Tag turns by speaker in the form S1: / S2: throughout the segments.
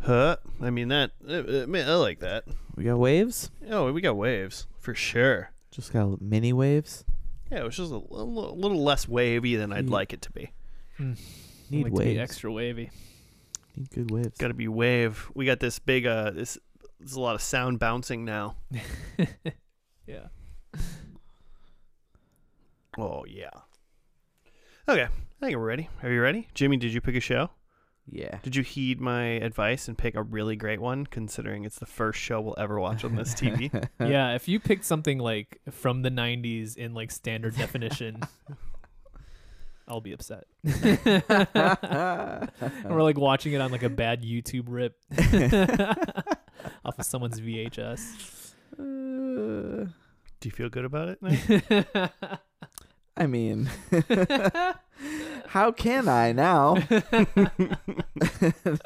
S1: Huh? I mean that. I, I mean, I like that.
S2: We got waves.
S1: Oh, we got waves for sure.
S2: Just got mini waves.
S1: Yeah, it was just a, li- li- little less wavy than I'd
S2: Mm.
S1: like it to be.
S2: Need
S3: like to be
S2: waves.
S3: extra wavy.
S2: Need good waves.
S1: Got to be wave. We got this big. Uh, this there's a lot of sound bouncing now.
S3: Yeah.
S1: Oh yeah. Okay, I think we're ready. Are you ready, Jimmy? Did you pick a show?
S2: yeah.
S1: Did you heed my advice and pick a really great one, considering it's the first show we'll ever watch on this TV?
S3: yeah, if you picked something like from the 90s in like standard definition, I'll be upset. and we're like watching it on like a bad YouTube rip off of someone's VHS.
S2: Uh,
S1: Do you feel good about it? Nick?
S2: I mean, how can I now?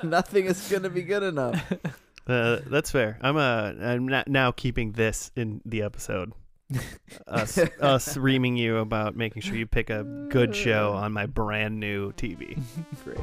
S2: Nothing is gonna be good enough.
S1: uh, that's fair. I'm uh, I'm not now keeping this in the episode. us, us reaming you about making sure you pick a good show on my brand new TV.
S2: Great.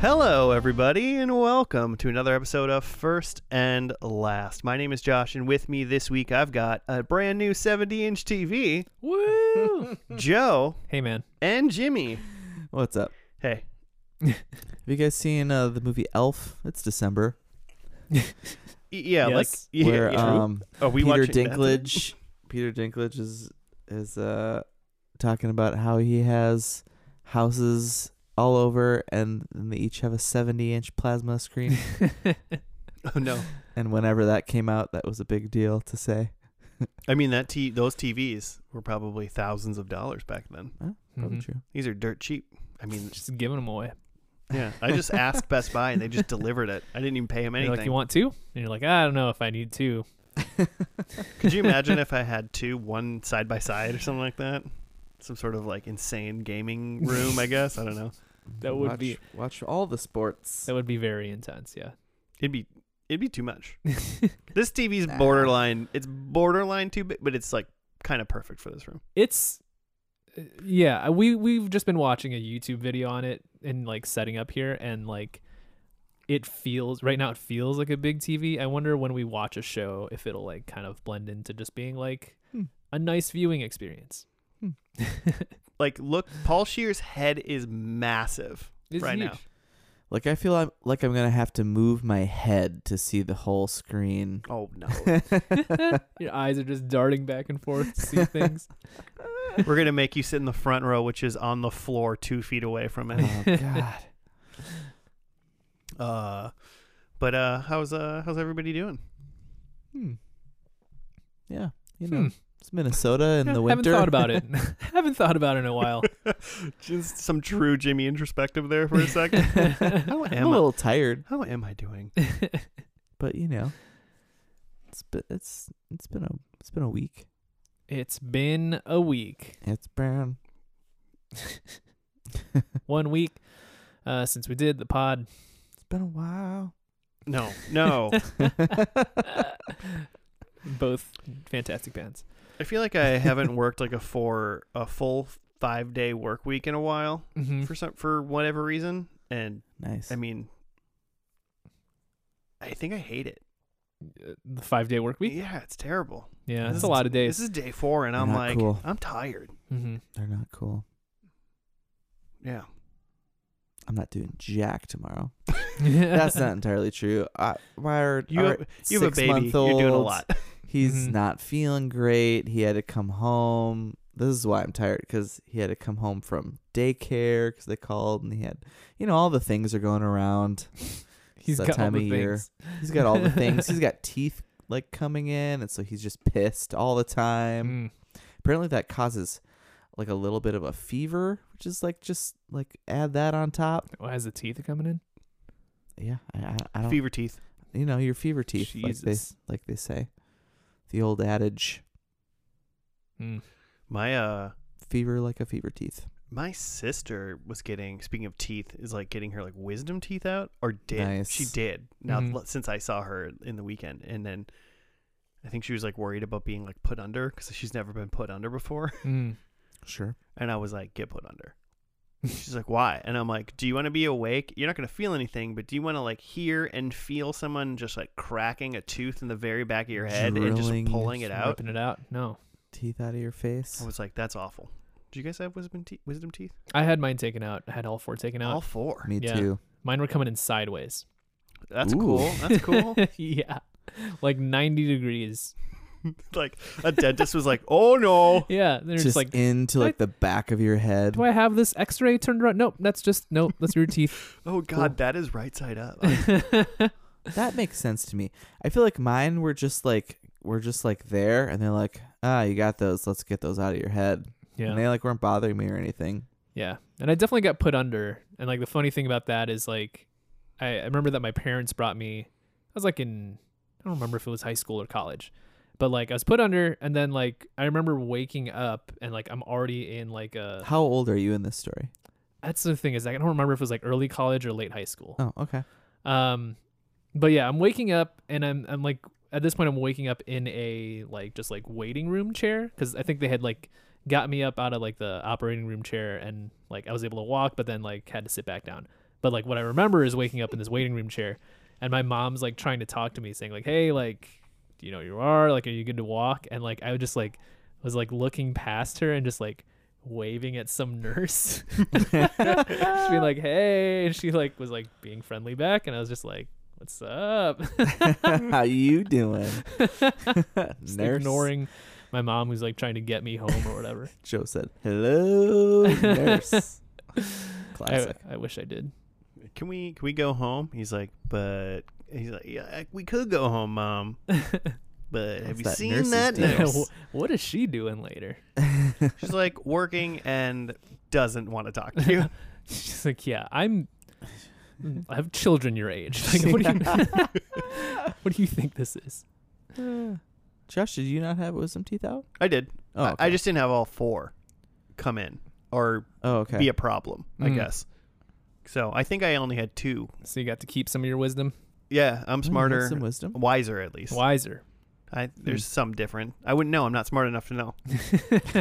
S1: Hello, everybody, and welcome to another episode of First and Last. My name is Josh, and with me this week I've got a brand new 70 inch TV,
S3: Woo!
S1: Joe
S3: Hey man.
S1: and Jimmy.
S2: What's up?
S1: Hey,
S2: Have you guys seen uh, the movie Elf? It's December.
S1: y- yeah,
S3: Yes,
S1: like, yeah,
S2: where
S1: yeah.
S2: um,
S1: Are we
S2: Peter
S1: watching that?
S2: Dinklage. Peter Dinklage is is uh talking about how he has houses all over, and, and they each have a seventy-inch plasma screen.
S1: Oh no,
S2: and whenever that came out, that was a big deal to say.
S1: I mean that t- those TVs were probably thousands of dollars back then.
S2: Probably
S3: Mhm.
S2: true.
S1: These are dirt cheap. I mean,
S3: Just giving them away.
S1: yeah, I just asked Best Buy and they just delivered it. I didn't even pay them
S3: You're
S1: anything.
S3: like you want two? And you're like, I don't know if I need two.
S1: Could you imagine if I had two, one side by side or something like that? Some sort of like insane gaming room, I guess. I don't know.
S3: That would be-
S2: watch all the sports.
S3: That would be very intense, yeah.
S1: It'd be it'd be too much. This TV's borderline. It's borderline too big, but it's like kind of perfect for this room.
S3: it's uh, yeah we we've just been watching a youtube video on it and like setting up here and like it feels right now it feels like a big tv i wonder when we watch a show if it'll like kind of blend into just being like
S2: Hmm.
S3: a nice viewing experience
S2: Hmm.
S1: Like, look, Paul Shear's head is massive.
S3: It's
S1: Right
S3: huge.
S1: now.
S2: Like I feel I'm like I'm gonna have to move my head to see the whole screen.
S1: Oh no,
S3: your eyes are just darting back and forth to see things
S1: we're gonna make you sit in the front row, which is on the floor, two feet away from it.
S2: Oh God.
S1: Uh, but uh, how's uh, how's everybody doing?
S2: Hmm. Yeah, you know,
S3: Hmm.
S2: it's Minnesota in the winter.
S3: haven't thought about it haven't thought about it in a while
S1: Just some true Jimmy introspective there for a second. how
S2: I'm a
S1: am I?
S2: little tired,
S1: How am I doing?
S2: but you know, it's been it's it's been a it's been a week.
S3: it's been a week
S2: It's brown.
S3: one week uh, since we did the pod.
S2: It's been a while.
S1: No, no.
S3: Both fantastic bands.
S1: I feel like I haven't worked like a four a full five day work week in a while
S3: Mm-hmm.
S1: for some for whatever reason. And
S2: Nice.
S1: I mean, I think I hate it.
S3: uh, The five day work week.
S1: Yeah, it's terrible.
S3: Yeah,
S2: This
S3: it's a
S2: is-
S3: lot of
S1: This
S3: days.
S1: is day four, and I'm
S2: Not
S1: like,
S2: cool.
S1: I'm tired.
S3: hmm
S2: they're not cool.
S1: Yeah,
S2: I'm not doing jack tomorrow. That's not entirely true. I, my our,
S1: you
S2: our
S1: have, you have a baby. You're
S2: six-month-old,
S1: doing a lot. Mm-hmm.
S2: He's
S3: Mhm.
S2: not feeling great. He had to come home. This is why I'm tired because he had to come home from daycare because they called and he had, you know, all the things are going around.
S3: He's
S2: that
S3: got
S2: time
S3: all the
S2: of year.
S3: things.
S2: He's got all the things. He's got teeth like coming in, and so he's just pissed all the time.
S3: Mm.
S2: Apparently, that causes like a little bit of a fever, which is like just like add that on top.
S3: Oh, has the teeth coming in?
S2: Yeah, I, I, I don't.
S1: Fever teeth.
S2: You know, your fever teeth, like they
S3: Jesus.
S2: like they say. the old adage,
S3: Mm.
S1: My uh
S2: fever like a fever teeth.
S1: my sister was getting speaking of teeth is like getting her like wisdom teeth out or did
S2: Nice.
S1: she did now
S3: Mhm.
S1: l- since i saw her in the weekend and then i think she was like worried about being like put under because she's never been put under before
S3: Mm.
S2: Sure.
S1: and i was like get put under she's like why and i'm like do you want to be awake you're not going to feel anything but do you want to like hear and feel someone just like cracking a tooth in the very back of your head and
S2: Drilling,
S1: just pulling it out
S3: Ripping it out. No,
S2: Teeth out of your face.
S1: i was like that's awful do you guys have wisdom, te- wisdom teeth
S3: I had mine taken out. I had all four taken out.
S1: all four
S2: Me
S3: Oh, Yeah.
S2: too.
S3: mine were coming in sideways.
S1: that's
S2: Ooh.
S1: cool that's cool
S3: yeah, like ninety degrees.
S1: like a dentist was like, "Oh no,
S3: Yeah, they're just,
S2: Just,
S3: like,
S2: into like the back of your head.
S3: do I have this X-ray turned around? Nope, that's just nope. That's your teeth.
S1: oh god, that is right side up."
S2: That makes sense to me. I feel like mine were just like were just like there, and they're like, ah, you got those. Let's get those out of your head. And
S3: yeah,
S2: they like weren't bothering me or anything.
S3: yeah. And I definitely got put under. And like the funny thing about that is like, I, I remember that my parents brought me. I was like in, I don't remember if it was high school or college, but like I was put under, and then like I remember waking up and like I'm already in like
S1: Uh,
S3: a.
S2: How old are you in this story?
S3: That's the thing is like, I don't remember if it was like early college or late high school.
S2: Oh, okay.
S3: Um, but yeah, I'm waking up and I'm I'm like at this point I'm waking up in a like just like waiting room chair because I think they had like got me up out of like the operating room chair and like I was able to walk, but then like had to sit back down. But like what I remember is waking up in this waiting room chair, and my mom's like trying to talk to me, saying like, "Hey, like, do you know who you are? Like, are you good to walk?" And like I would just like was like looking past her and just like waving at some nurse just being like, "Hey," and she like was like being friendly back, and I was just like, "What's up?"
S2: How you doing?
S3: Just
S2: Nurse.
S3: ignoring my mom who's like trying to get me home or whatever.
S2: Joe said, "Hello, nurse."
S3: I,
S2: Classic.
S3: I wish I did.
S1: can we can we go home? He's like, "But he's like, yeah, we could go home, mom." But have
S2: What's
S1: you
S2: that
S1: seen
S2: nurse's
S1: that?
S2: deal?
S1: nurse?
S3: Wh- what is she doing later?
S1: She's like working and doesn't want to talk to you.
S3: She's like, "Yeah, I'm. I have children your age. Like, what do you? what do you think this is?"
S2: Josh, did you not have wisdom teeth out?
S1: I did.
S2: Oh,
S1: I- I
S2: okay.
S1: just didn't have all four come in or
S2: Oh, okay.
S1: be a problem, I
S3: Mm.
S1: guess. So I think I only had two.
S3: So you got to keep some of your wisdom,
S1: Yeah, I'm
S2: Mm, that's
S1: smarter,
S2: some wisdom.
S1: wiser at least.
S3: wiser.
S1: I,
S2: Hmm.
S1: there's some different. I wouldn't know. I'm not smart enough to know.
S3: if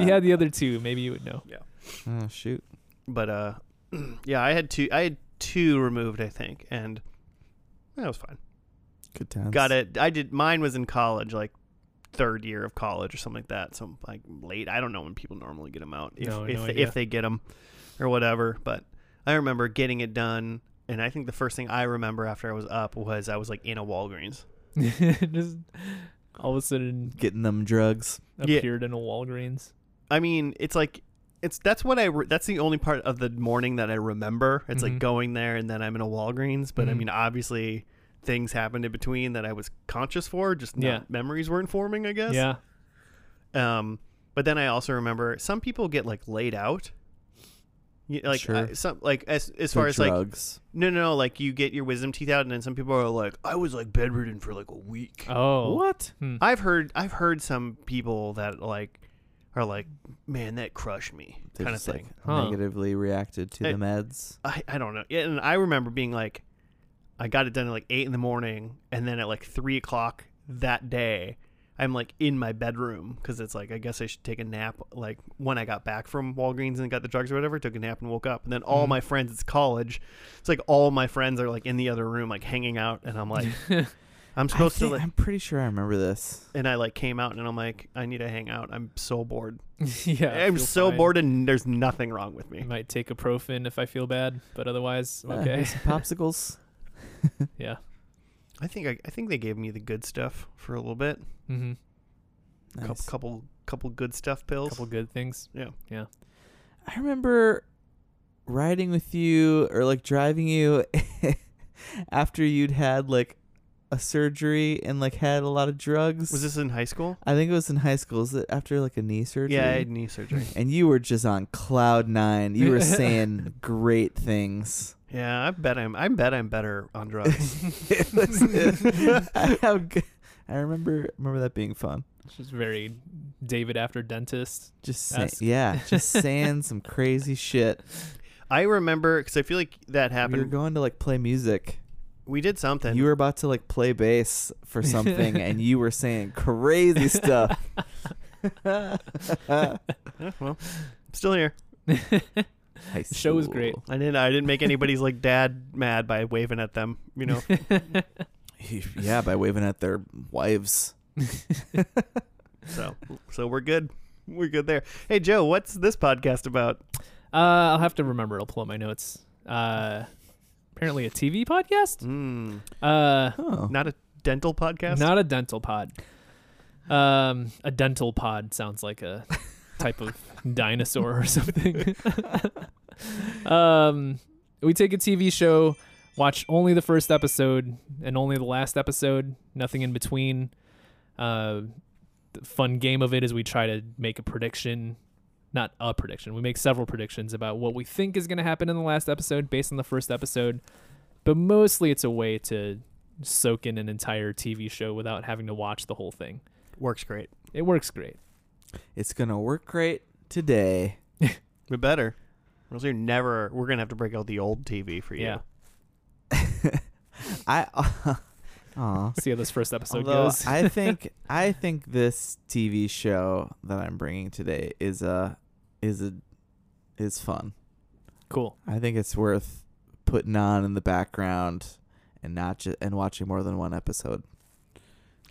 S3: you had the other two, maybe you would know.
S2: Oh shoot.
S1: but uh yeah i had two i had two removed i think and that was fine
S2: Good times.
S1: got it i did mine was in college like third year of college or something like that so like late i don't know when people normally get them out if,
S3: No,
S1: if,
S3: no
S1: they,
S3: idea.
S1: if they get them or whatever but i remember getting it done and i think the first thing i remember after i was up was i was like in a walgreens
S3: Just all of a sudden
S2: Getting them drugs.
S1: Yeah.
S3: appeared in a Walgreens.
S1: I mean, it's like it's that's what I re- that's the only part of the morning that I remember. It's
S3: Mhm.
S1: like going there and then I'm in a Walgreens, but I
S3: Mhm.
S1: mean, obviously things happened in between that I was conscious for, just not,
S3: Yeah.
S1: memories weren't forming, I guess.
S3: Yeah.
S1: Um but then I also remember some people get like laid out. You, like
S2: Sure.
S1: I, some like as as
S2: for
S1: far as like
S2: drugs.
S1: no no no like you get your wisdom teeth out and then some people are like I was like bedridden for like a week.
S3: Oh.
S2: what?
S1: I've heard I've heard some people that like are like, man, that crushed me,
S2: They
S1: kind of
S2: just, like,
S1: thing.
S3: Huh.
S2: negatively reacted to
S1: Hey.
S2: the meds.
S1: I I don't know. Yeah, and I remember being like, I got it done at like eight in the morning, and then at like three o'clock that day, I'm like in my bedroom because it's like I guess I should take a nap. Like when I got back from Walgreens and got the drugs or whatever, took a nap and woke up, and then all
S2: Mm-hmm.
S3: Mhm.
S1: my friends. It's college. It's like all my friends are like in the other room, like hanging out, and I'm like, I'm
S2: I
S1: supposed to.
S2: think-
S1: Like,
S2: I'm pretty sure I remember this.
S1: and I like came out, and I'm like, I need to hang out. I'm so bored.
S3: yeah. I
S1: I'm
S3: feel
S1: so
S3: fine.
S1: bored and there's nothing wrong with
S3: I
S1: me.
S3: might take a Profen if I feel bad, but otherwise,
S2: Ah,
S3: okay.
S2: here's some popsicles.
S3: yeah.
S1: I think I, I think they gave me the good stuff for a little bit.
S3: Mm-hmm.
S1: Coup
S2: Nice.
S1: couple couple good stuff pills.
S3: couple good things.
S2: I remember riding with you or like driving you after you'd had like a surgery and like had a lot of drugs.
S1: Was this in high school?
S2: I think it was in high school. Is it after like a knee surgery?
S1: Yeah, I had knee surgery.
S2: and you were just on cloud nine. You were saying great things.
S1: yeah, I bet I'm I bet I'm better on drugs.
S2: It was- I have g- I remember remember that being fun.
S3: She's very David after dentist.
S2: Just say,
S3: Ask-
S2: yeah, just saying some crazy shit.
S1: I remember because I feel like that
S2: We were
S1: happened.
S2: going to like play music.
S1: we did something.
S2: you were about to like play bass for something, and you were saying crazy stuff.
S1: Eh, well, I'm still here.
S2: High
S3: Show was great.
S2: school.
S1: I didn't. I didn't make anybody's like dad mad by waving at them. You know.
S3: Uh,
S2: yeah, by waving at their wives.
S1: so so we're good. We're good there. Hey Joe, what's this podcast about?
S3: Uh, I'll have to remember. I'll pull up my notes. Uh, apparently a TV podcast.
S1: Mm,
S3: Uh,
S2: Oh,
S1: not a dental podcast.
S3: not a dental pod. Um, a dental pod sounds like a type of dinosaur or something. um, we take a TV show, watch only the first episode and only the last episode, nothing in between. Uh, the fun game of it is we try to make a prediction, not a prediction. We make several predictions about what we think is going to happen in the last episode based on the first episode, but mostly it's a way to soak in an entire TV show without having to watch the whole thing.
S1: Works great.
S3: It works great.
S2: it's gonna work great today.
S1: We better. Or else you're never. We're gonna have to break out the old TV for you.
S3: Yeah.
S2: I, aw.
S3: See how this first episode
S2: Although,
S3: goes.
S2: I think I think this TV show that I'm bringing today is a is a is fun.
S3: cool.
S2: I think it's worth putting on in the background and not ju- and watching more than one episode.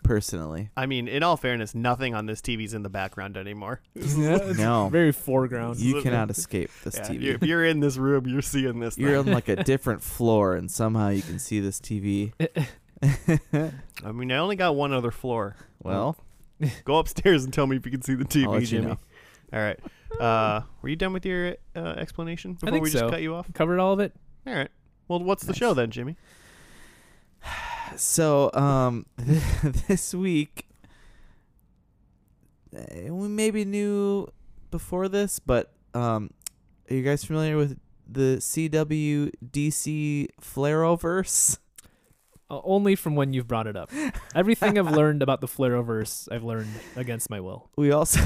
S2: Personally,
S1: I mean, in all fairness, nothing on this TV's in the background anymore.
S2: no,
S3: Very foreground.
S2: you cannot escape this
S1: Yeah,
S2: TV.
S1: you- if you're in this room, you're seeing this.
S2: You're
S1: Thing.
S2: on like a different floor, and somehow you can see this TV.
S1: I mean, I only got one other floor.
S2: Well,
S1: Go upstairs and tell me if you can see the TV,
S2: I'll let you
S1: Jimmy.
S2: know.
S1: All right. Uh, were you done with your uh, explanation before
S3: think
S1: we just
S3: so.
S1: cut you off?
S3: Covered all of it.
S1: All right. Well, what's the
S2: Nice.
S1: show then, Jimmy?
S2: so um, this week eh, we maybe knew before this, but um, are you guys familiar with the CW DC Flareoverse?
S3: Uh, only from when you've brought it up. Everything I've learned about the Flareoverse, I've learned against my will.
S2: We also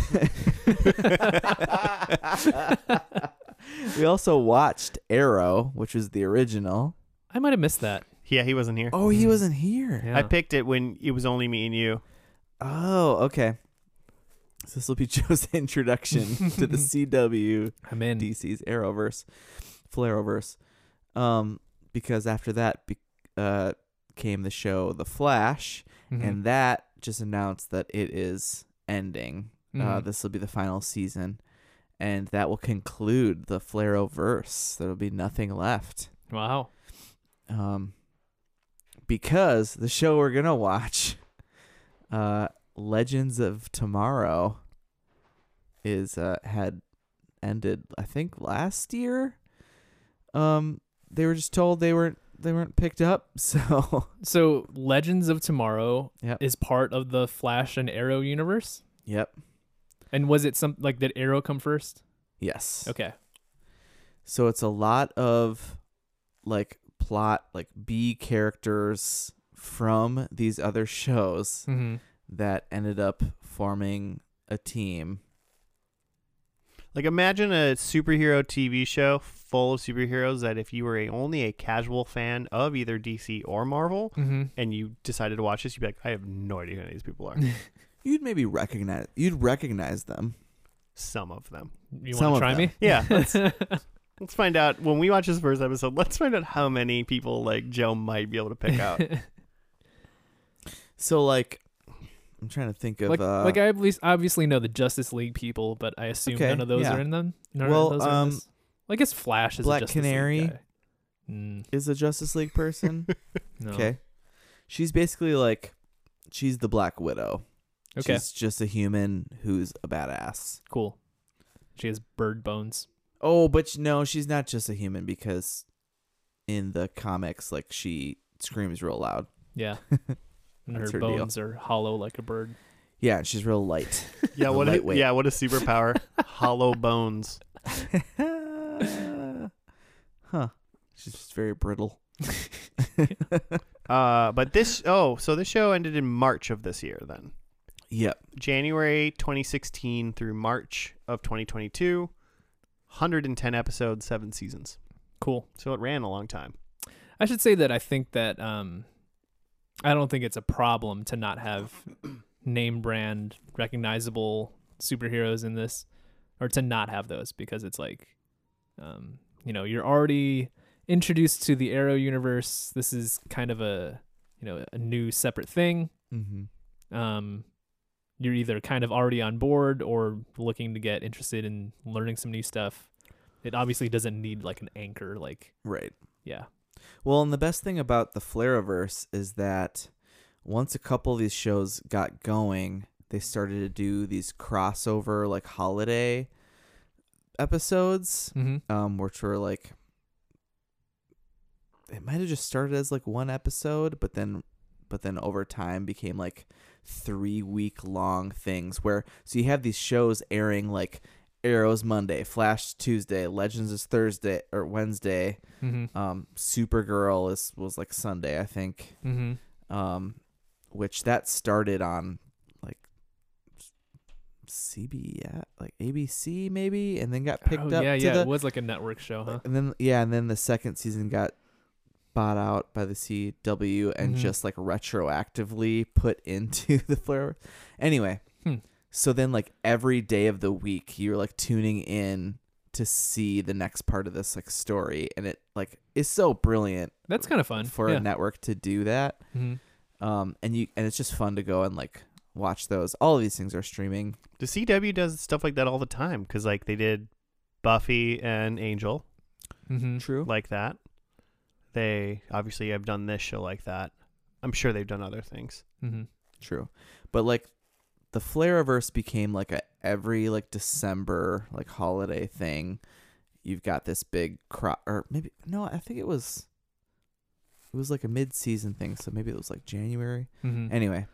S2: we also watched Arrow, which was the original.
S3: I might have missed that.
S1: Yeah, he wasn't here.
S2: Oh, he wasn't here.
S3: Yeah.
S1: I picked it when it was only me and you.
S2: Oh, okay. So this will be Joe's introduction to the CW
S3: I'm in.
S2: DC's Arrowverse, Flareoverse, um, because after that be- uh, came the show The Flash,
S3: Mhm.
S2: and that just announced that it is ending. Uh,
S3: Mhm.
S2: this will be the final season, and that will conclude the Flareoverse. There will be nothing left,
S3: wow.
S2: um, because the show we're gonna watch, uh, Legends of Tomorrow, is uh, had ended. I think last year. Um, they were just told they weren't they weren't picked up, so
S3: So Legends of Tomorrow
S2: Yep.
S3: is part of the Flash and Arrow universe.
S2: yep,
S3: And was it some like did Arrow come first?
S2: yes,
S3: Okay.
S2: So it's a lot of like plot, like B characters from these other shows
S3: Mm-hmm.
S2: that ended up forming a team.
S1: Like, imagine a superhero TV show full of superheroes that if you were a, only a casual fan of either DC or Marvel
S3: Mm-hmm.
S1: and you decided to watch this, you'd be like, I have no idea who any of these people are.
S2: You'd maybe recognize you'd recognize them.
S1: Some of them.
S3: You
S2: Some
S3: want
S2: of
S3: to try
S2: them.
S3: me?
S1: Yeah. Let's, let's find out when we watch this first episode. Let's find out how many people like Joe might be able to pick out.
S2: So like I'm trying to think of
S3: like,
S2: uh
S3: like I at least obviously know the Justice League people, but I assume
S2: Okay,
S3: none of those
S2: yeah.
S3: are in them. None
S2: Well,
S3: of those are
S2: um,
S3: in this. Well, I guess Flash is
S2: Black
S3: a Justice League
S2: Canary.
S3: guy. Mm,
S2: is a Justice League person.
S3: no.
S2: Okay. She's basically like she's the Black Widow.
S3: Okay.
S2: She's just a human who's a badass.
S3: Cool. She has bird bones.
S2: Oh, but sh- no, she's not just a human because in the comics, like she screams real loud.
S3: Yeah. And her,
S2: That's her deal.
S3: bones are hollow like a bird.
S2: Yeah, and she's real light.
S1: Yeah,
S2: A
S1: what a,
S2: lightweight.
S1: yeah, what a superpower. Hollow bones.
S2: huh. She's just very brittle.
S1: Uh, but this oh, so this show ended in March of this year then.
S2: Yep.
S1: January 2016 through March of 2022. 110 episodes, 7 seasons.
S3: Cool.
S1: So it ran a long time.
S3: I should say that I think that um, I don't think it's a problem to not have name brand recognizable superheroes in this, or to not have those because it's like, um, you know, you're already introduced to the Arrow universe. This is kind of a you know a new separate thing.
S2: Mm-hmm.
S3: Um, you're either kind of already on board or looking to get interested in learning some new stuff. It obviously doesn't need like an anchor. Like,
S2: Right.
S3: yeah,
S2: Well, and the best thing about the Flareverse is that once a couple of these shows got going, they started to do these crossover like holiday episodes,
S3: mm-hmm.
S2: um, which were like it might have just started as like one episode, but then but then over time became like three week long things where so you have these shows airing like Arrows Monday, Flash Tuesday, Legends is Thursday or Wednesday,
S3: Mm-hmm.
S2: um supergirl is was like sunday i think
S3: Mm-hmm.
S2: um which that started on like cbs like abc maybe and then got picked
S3: oh,
S2: up
S3: Yeah,
S2: to
S3: yeah,
S2: the
S3: it was like a network show, huh?
S2: and then yeah and then the second season got bought out by the cw and
S3: Mhm.
S2: just like retroactively put into the flare anyway
S3: Hmm.
S2: so then like every day of the week you're like tuning in to see the next part of this like story and it like is so brilliant
S3: That's kind of fun.
S2: for
S3: yeah.
S2: a network to do that
S3: mm-hmm.
S2: um and you and it's just fun to go and like watch those all of these things are streaming
S1: The CW does stuff like that all the time cuz like they did Buffy and Angel
S3: Mm-hmm.
S2: true
S1: like that. They obviously have done this show like that. I'm sure they've done other things.
S3: Mm-hmm.
S2: True. But like the Flareverse became like a every like December like holiday thing. You've got this big crop or maybe no, I think it was it was like a mid-season thing, so maybe it was like January.
S3: Mm-hmm.
S2: Anyway,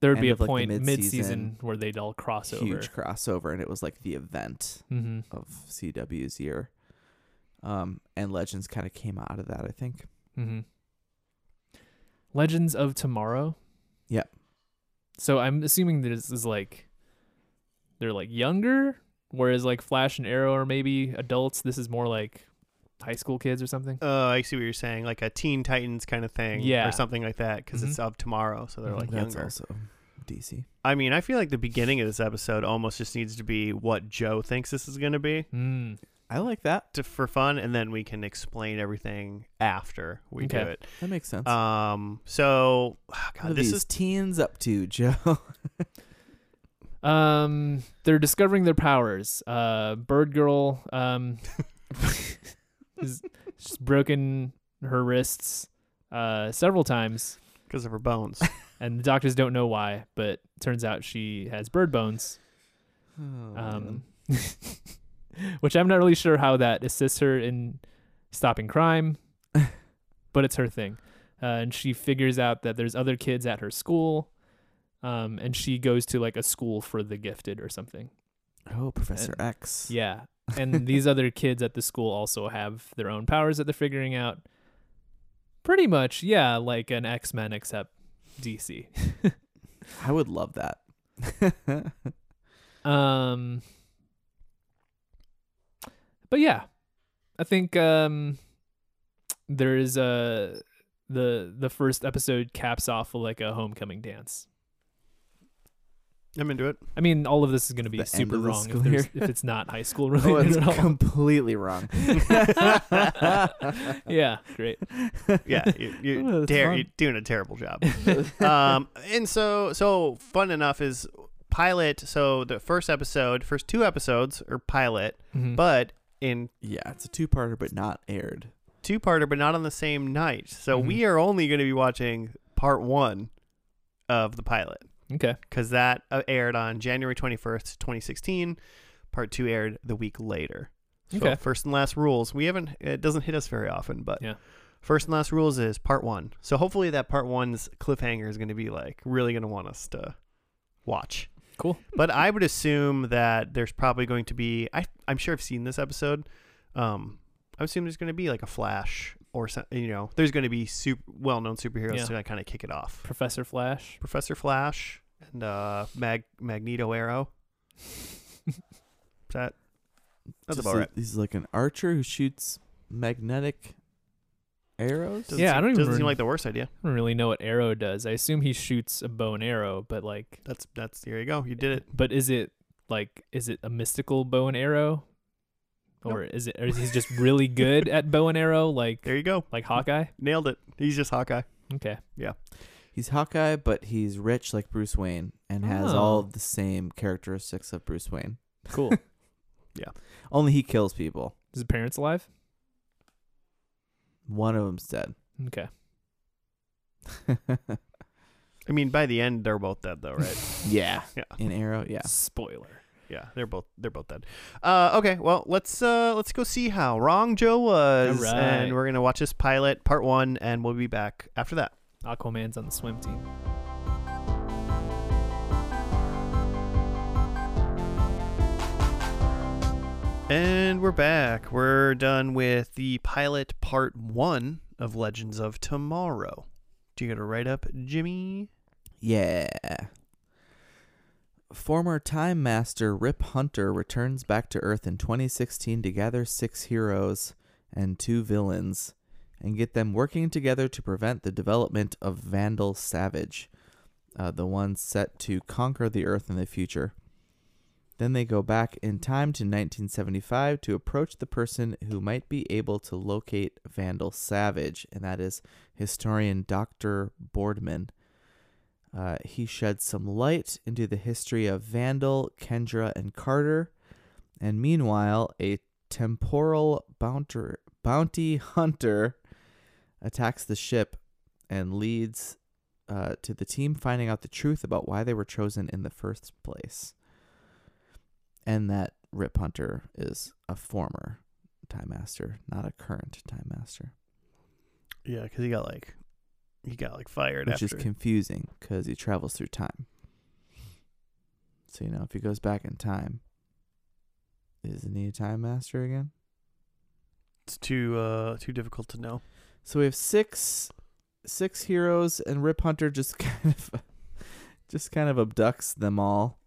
S3: there would be
S2: end
S3: a
S2: of, like, the
S3: point mid-season
S2: mid-season
S3: where they'd all cross
S2: huge
S3: over.
S2: crossover and it was like the event
S3: Mm-hmm.
S2: of CW's year. Um and Legends kind of came out of that, I think.
S3: Mm-hmm. Legends of Tomorrow.
S2: Yep.
S3: So I'm assuming that this is like they're like younger, whereas like Flash and Arrow are maybe adults. This is more like high school kids or something.
S2: Uh,
S1: Oh, I see what you're saying, like a Teen Titans kind of thing
S3: Yeah.
S1: or something like that because it's of tomorrow, so they're
S3: Mhm.
S1: like
S2: That's
S1: younger.
S2: also DC.
S1: I mean, I feel like the beginning of this episode almost just needs to be what Joe thinks this is going to be
S3: Mm.
S2: I like that.
S1: to, for fun, and then we can explain everything after we do
S3: Okay.
S1: it.
S2: That makes sense.
S1: Um, so ah,
S2: what are
S1: God, this
S2: these
S1: is
S2: teens up to, Joe?
S3: Um, they're discovering their powers. Uh, Bird Girl, um, is, she's broken her wrists, uh, several times,
S1: because of her bones.
S3: and the doctors don't know why, but turns out she has bird bones.
S2: Oh, man.
S3: Um, which I'm not really sure how that assists her in stopping crime, but it's her thing. Uh, and she figures out that there's other kids at her school, um, and she goes to like a school for the gifted or something.
S2: Oh, Professor
S3: And-
S2: X.
S3: Yeah. And these other kids at the school also have their own powers that they're figuring out. Pretty much, yeah, like an X Men except DC.
S2: I would love that.
S3: Um But yeah. I think um there is a the the first episode caps off with like a homecoming dance.
S1: I'm into it.
S3: I mean, all of this is going to be
S2: The end
S3: super
S2: of the
S3: wrong if,
S2: school
S3: there's-
S2: year.
S3: if it's not high school
S2: oh,
S3: related
S2: it's
S3: at all.
S2: completely wrong.
S3: yeah, great.
S1: Yeah, you,
S2: Oh,
S1: you
S2: that's
S1: dare,
S2: fun.
S1: you're doing a terrible job. um, and so so fun enough is pilot. So the first episode, first two episodes are pilot,
S2: Mm-hmm.
S3: Mhm.
S1: but in
S2: Yeah, it's a two-parter, but not aired.
S1: two parter, but not on the same night. So
S2: Mm-hmm.
S3: Mhm.
S1: we are only going to be watching part one of the pilot
S3: okay.
S1: because that uh, aired on January 21st, 2016. Part two aired the week later. So
S3: Okay.
S1: first and last rules. We haven't, it doesn't hit us very often, but
S3: Yeah.
S1: first and last rules is part one. So hopefully that part one's cliffhanger is going to be like really going to want us to watch.
S3: Cool.
S1: But I would assume that there's probably going to be, I, I'm sure I've seen this episode. Um, I assume there's going to be like a flash or so- you know, there's going to be super well-known superheroes
S3: Yeah.
S1: to kind of kick it off.
S3: Professor Flash.
S1: Professor Flash and uh, Mag Magneto Arrow. Is that that's
S2: Just
S1: about
S2: a-
S1: right.
S2: He's like an archer who shoots magnetic arrows.
S1: Doesn't
S3: Yeah,
S1: seem,
S3: I don't even
S1: doesn't seem
S3: rem-
S1: like the worst idea.
S3: I don't really know what arrow does. I assume he shoots a bow and arrow, but like
S1: That's that's there you go. You did it.
S3: But is it like is it a mystical bow and arrow? Or is it or is he just really good at bow and arrow like
S1: There you go.
S3: like Hawkeye?
S1: Nailed it. He's just Hawkeye.
S3: Okay.
S2: He's Hawkeye, but he's rich like Bruce Wayne and has all
S3: Oh.
S2: the same characteristics of Bruce Wayne.
S3: Cool.
S2: Only he kills people.
S3: is his parents alive?
S2: One of them's dead.
S3: Okay.
S1: I mean, by the end, they're both dead though, right?
S2: yeah.
S1: Yeah.
S2: In Arrow, yeah.
S3: Spoiler.
S1: yeah, they're both they're both dead. Uh, okay, well let's uh, let's go see how wrong Joe was,
S3: All right.
S1: and we're gonna watch this pilot part one, and we'll be back after that.
S3: Aquaman's on the swim team.
S1: And we're back. We're done with the pilot part one of Legends of Tomorrow. Do you got to write up, Jimmy?
S2: Yeah. Former Time Master Rip Hunter returns back to Earth in 2016 to gather six heroes and two villains and get them working together to prevent the development of Vandal Savage, uh, the one set to conquer the Earth in the future. Then they go back in time to 1975 to approach the person who might be able to locate Vandal Savage, and that is historian Dr. Boardman. Uh, he sheds some light into the history of Vandal, Kendra, and Carter. And meanwhile, a temporal bounter, bounty hunter attacks the ship and leads uh, to the team finding out the truth about why they were chosen in the first place. And that Rip Hunter is a former Time Master, not a current Time Master,
S1: Yeah, because he got like he got like fired
S2: which is confusing because he travels through time. So, you know, if he goes back in time, isn't he a Time Master again?
S1: it's too uh, too difficult to know.
S2: So we have six six heroes and Rip Hunter just kind of just kind of abducts them all.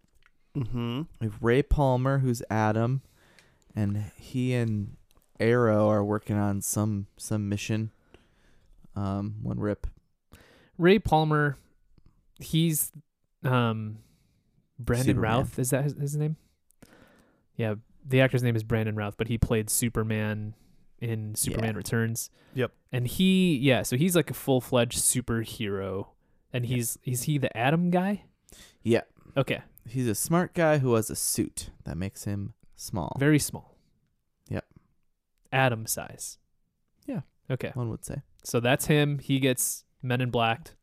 S1: Mm-hmm.
S2: We have Ray Palmer who's Adam and he and Arrow are working on some some mission. Um when Rip
S3: Ray Palmer, he's um Brandon
S2: Superman.
S3: Routh, is that his, his name? Yeah, the actor's name is Brandon Routh, but he played Superman in Superman
S2: Yeah.
S3: Returns.
S1: Yep.
S3: And he yeah, so he's like a full-fledged superhero and
S2: Yeah.
S3: he's is he the Atom guy?
S2: Yeah.
S3: Okay,
S2: he's a smart guy who has a suit that makes him small.
S3: very small.
S2: Yep.
S3: Atom size.
S2: Yeah.
S3: Okay.
S2: one would say.
S3: So that's him. He gets Men in Blacked.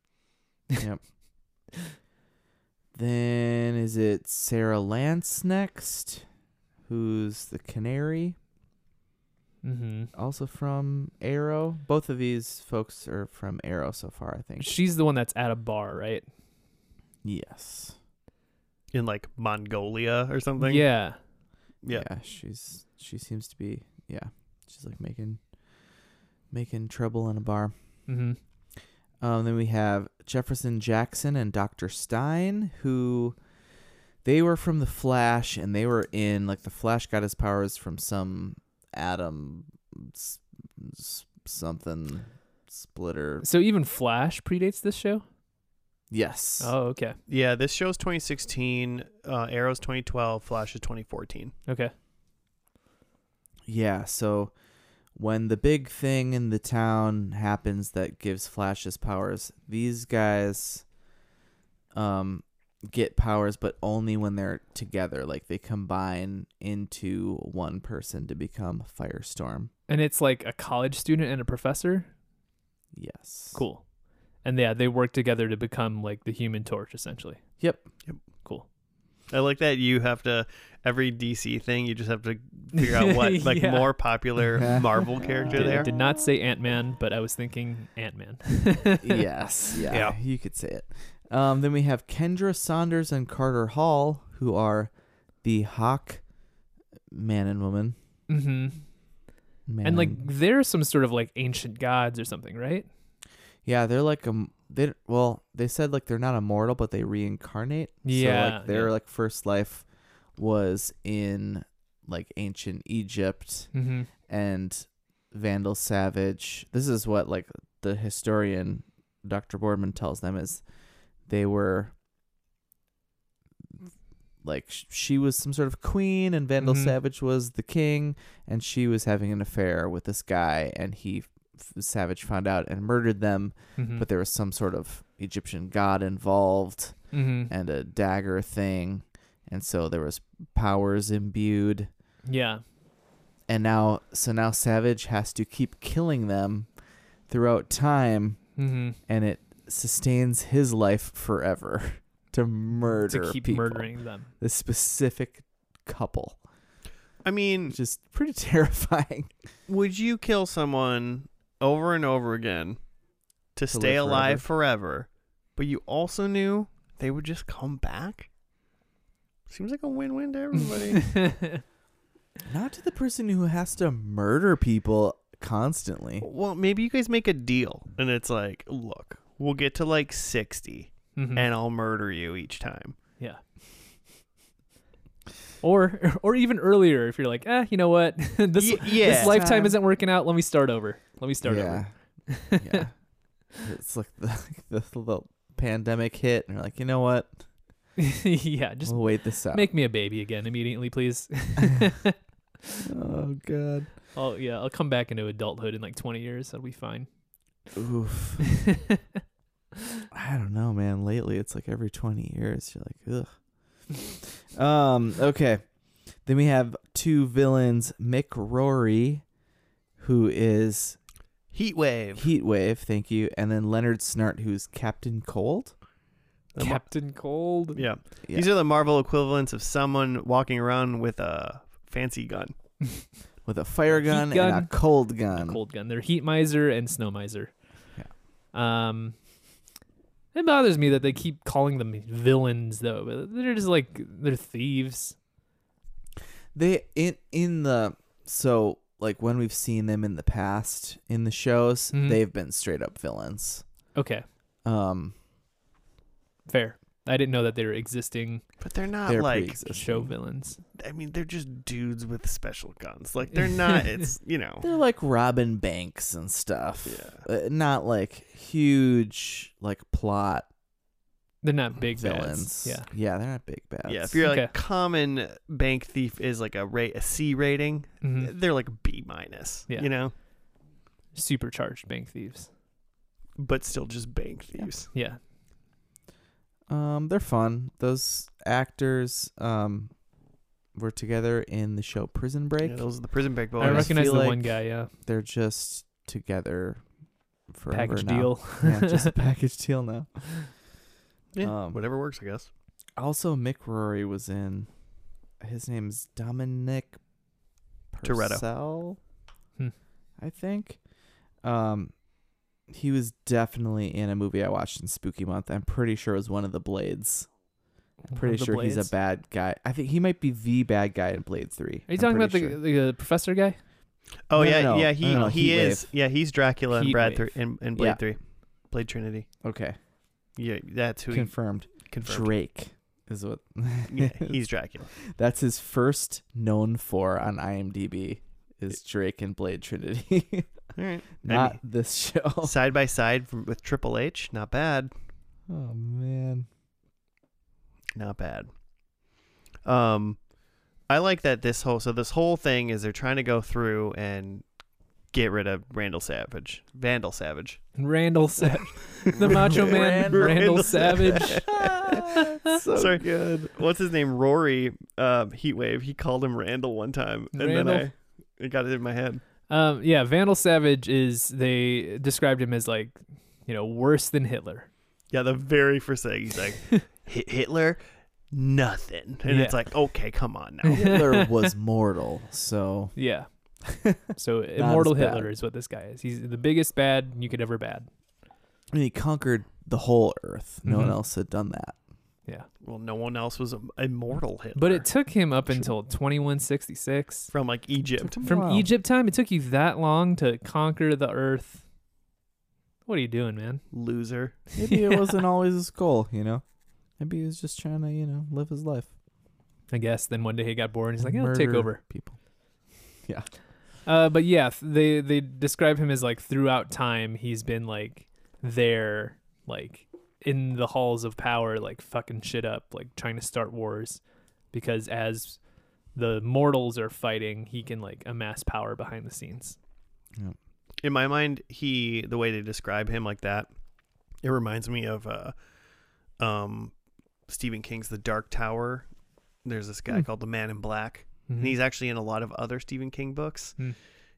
S2: Then is it Sarah Lance next? Who's the canary?
S3: Mhm.
S2: Also from Arrow. Both of these folks are from Arrow so far, I think.
S3: She's the one that's at a bar, right?
S2: Yes.
S1: In like Mongolia or something.
S3: Yeah.
S1: Yeah.
S2: She's she seems to be yeah. She's like making making trouble in a bar.
S3: Mm-hmm.
S2: Um, then we have Jefferson Jackson and Dr. Stein, who they were from The Flash, and they were in like The Flash got his powers from some atom s- s- something splitter.
S3: So even Flash predates this show.
S2: Yes.
S3: Oh, okay,
S1: Yeah, this show's 2016, uh, Arrow's 2012, Flash is 2014.
S3: okay.
S2: Yeah, so when the big thing in the town happens that gives Flash his powers, these guys um get powers but only when they're together, like they combine into one person to become Firestorm.
S3: And it's like a college student and a professor.
S2: Yes.
S3: Cool. And yeah, they work together to become like the Human Torch, essentially.
S2: Yep.
S3: Cool.
S1: I like that you have to every DC thing you just have to figure out what like
S3: Yeah.
S1: more popular Marvel character
S3: Did,
S1: there.
S3: did not say Ant Man, but I was thinking Ant Man.
S2: yes. Yeah,
S1: Yeah.
S2: You could say it. Um, then we have Kendra Saunders and Carter Hall, who are the Hawk man and woman.
S3: Mm-hmm.
S2: Man.
S3: And like they're some sort of like ancient gods or something, right?
S2: yeah, they're like um, they well, they said like they're not immortal, but they reincarnate. so
S3: Yeah,
S2: like their
S3: yeah.
S2: like first life was in like ancient Egypt
S3: Mm-hmm.
S2: and Vandal Savage. This is what like the historian Dr. Boardman tells them is they were like sh- she was some sort of queen and Vandal
S3: Mhm.
S2: Savage was the king and she was having an affair with this guy and he f- Savage found out and murdered them
S3: Mm-hmm.
S2: but there was some sort of Egyptian god involved
S3: mm-hmm.
S2: and a dagger thing and so there was powers imbued
S3: yeah,
S2: and now so now savage has to keep killing them throughout time
S3: mm-hmm.
S2: and it sustains his life forever to murder
S3: to keep
S2: people.
S3: murdering them.
S2: this specific couple
S1: I mean,
S2: which is pretty terrifying
S1: would you kill someone over and over again to,
S2: To
S1: stay
S2: live
S1: alive forever. but you also knew they would just come back? Seems like a win-win to everybody.
S3: Mm-hmm.
S2: not to the person who has to murder people constantly
S1: well, maybe you guys make a deal, and it's like, look, we'll get to like 60
S3: Mhm.
S1: and I'll murder you each time.
S3: Yeah. Or or even earlier if you're like, eh, you know what? this
S1: Ye-
S3: this
S1: yeah.
S3: lifetime
S2: Time.
S3: isn't working out, let me start over. Let me start
S2: yeah
S3: over.
S2: yeah it's like the, the, the pandemic hit and you're like you know what
S3: yeah, just
S2: we'll wait this out
S3: make me a baby again immediately, please.
S2: oh god
S3: I'll yeah, I'll come back into adulthood in like 20 years. That'll be fine.
S2: oof I don't know, man. Lately, it's like every 20 years, you're like, ugh. um, okay. Then we have two villains, Mick Rory, who is
S1: Heat wave.
S2: Heatwave, thank you, and then Leonard Snart, who's Captain Cold.
S1: The mar-
S3: Captain Cold.
S1: yeah.
S2: Yeah.
S1: These are the Marvel equivalents of someone walking around with a fancy gun.
S2: with a fire
S3: Heat
S2: gun, and
S3: gun.
S2: a cold
S3: A
S2: gun.
S3: cold gun. They're heat miser and snow miser. Yeah. Um it bothers me that they keep calling them villains though. but They're just like they're thieves.
S2: They in in the so like when we've seen them in the past in the shows,
S3: Mhm.
S2: they've been straight up villains.
S3: Okay.
S2: Um,
S3: Fair. I didn't know that they were existing
S1: But they're not
S2: they're
S1: like
S2: pre-existing.
S3: show villains.
S1: I mean, they're just dudes with special guns. Like they're not. It's you know.
S2: They're like robbing banks and stuff.
S1: Yeah.
S2: Uh, not like huge like plot
S3: They're not big
S2: villains.
S3: villains. Yeah.
S2: Yeah, they're not big bads.
S1: yeah, if you're like
S3: Okay.
S1: common bank thief is like a rate a C rating,
S3: Mhm.
S1: they're like B minus.
S3: Yeah.
S1: You know,
S3: Supercharged bank thieves.
S1: but still just bank
S2: Yeah.
S1: thieves.
S3: Yeah.
S2: um, they're fun. Those actors um were together in the show Prison
S1: Yeah,
S2: Break.
S1: those are the prison break boys.
S3: I
S2: I
S3: recognize the
S2: feel
S3: one
S2: like
S3: guy, uh, yeah.
S2: they're just together forever
S3: Package
S2: now.
S3: deal.
S2: yeah, just a package deal now.
S1: Yeah,
S2: Um,
S1: whatever works, I guess.
S2: Also, Mick Rory was in. His name's Dominic
S1: Toretto.
S2: Purcell,
S3: Hmm.
S2: I think. Um, he was definitely in a movie I watched in Spooky Month. I'm pretty sure it was one of the Blades. I'm pretty sure he's a bad guy. I think he might be the bad guy in Blade Three.
S3: Are you talking about the, the uh, professor guy?
S1: Oh
S2: no,
S1: yeah,
S2: no,
S1: yeah.
S2: no,
S1: He
S2: no,
S1: he
S2: Heat
S1: is. Yeah, he's Dracula and
S3: Heat
S1: Brad
S3: Wave.
S1: three and, and Blade
S2: Yeah.
S1: three, Blade Trinity.
S2: okay?
S1: Yeah, that's who he
S2: Confirmed.
S1: confirmed.
S2: Drake is what.
S1: yeah, he's Dracula.
S2: That's his first known for on IMDb is Drake and Blade Trinity,
S1: All right,
S2: not this show.
S1: side by side from, with Triple H. Not bad.
S2: Oh man.
S1: not bad. Um, I like that this whole so this whole thing is they're trying to go through and get rid of Randall Savage, Vandal Savage,
S3: Randall Sa- the Macho Man,
S1: Randall
S3: Randall Savage.
S2: so
S1: Sorry.
S2: good.
S1: What's his name? Rory um, Heatwave. He called him Randall one time, and
S3: Randall?
S1: then I it got it in my head.
S3: Um, yeah, Vandal Savage is they described him as like, you know, worse than Hitler.
S1: Yeah, the very first thing he's like "Hit- Hitler, nothing, and it's
S3: Yeah.
S1: like okay, come on now.
S2: Hitler was mortal, so
S3: Yeah. So immortal
S2: as bad.
S3: Hitler is what this guy is. He's the biggest bad you could ever bad.
S2: I mean, he conquered the whole earth. No one
S3: Mhm.
S2: else had done that.
S3: Yeah.
S1: Well, no one else was im- immortal Hitler.
S3: But it took him up until 2166.
S1: from like Egypt.
S3: From Egypt time, it took you that long to conquer the earth. What are you doing, man?
S1: Loser.
S2: Maybe it
S3: Yeah.
S2: wasn't always his goal, you know? Maybe he was just trying to, you know, live his life.
S3: I guess. Then one day he got bored and he's like, yeah, I'll take
S2: Murder
S3: over.
S2: People.
S3: Uh, but yeah, th- they they describe him as like throughout time he's been like there, like in the halls of power, like fucking shit up, like trying to start wars, because as the mortals are fighting, he can like amass power behind the scenes.
S1: In my mind, he the way they describe him like that, it reminds me of uh, um, Stephen King's The Dark Tower. There's this guy
S3: Hmm. Mm-hmm.
S1: called the Man in Black. and he's actually in a lot of other Stephen King books,
S3: Hmm.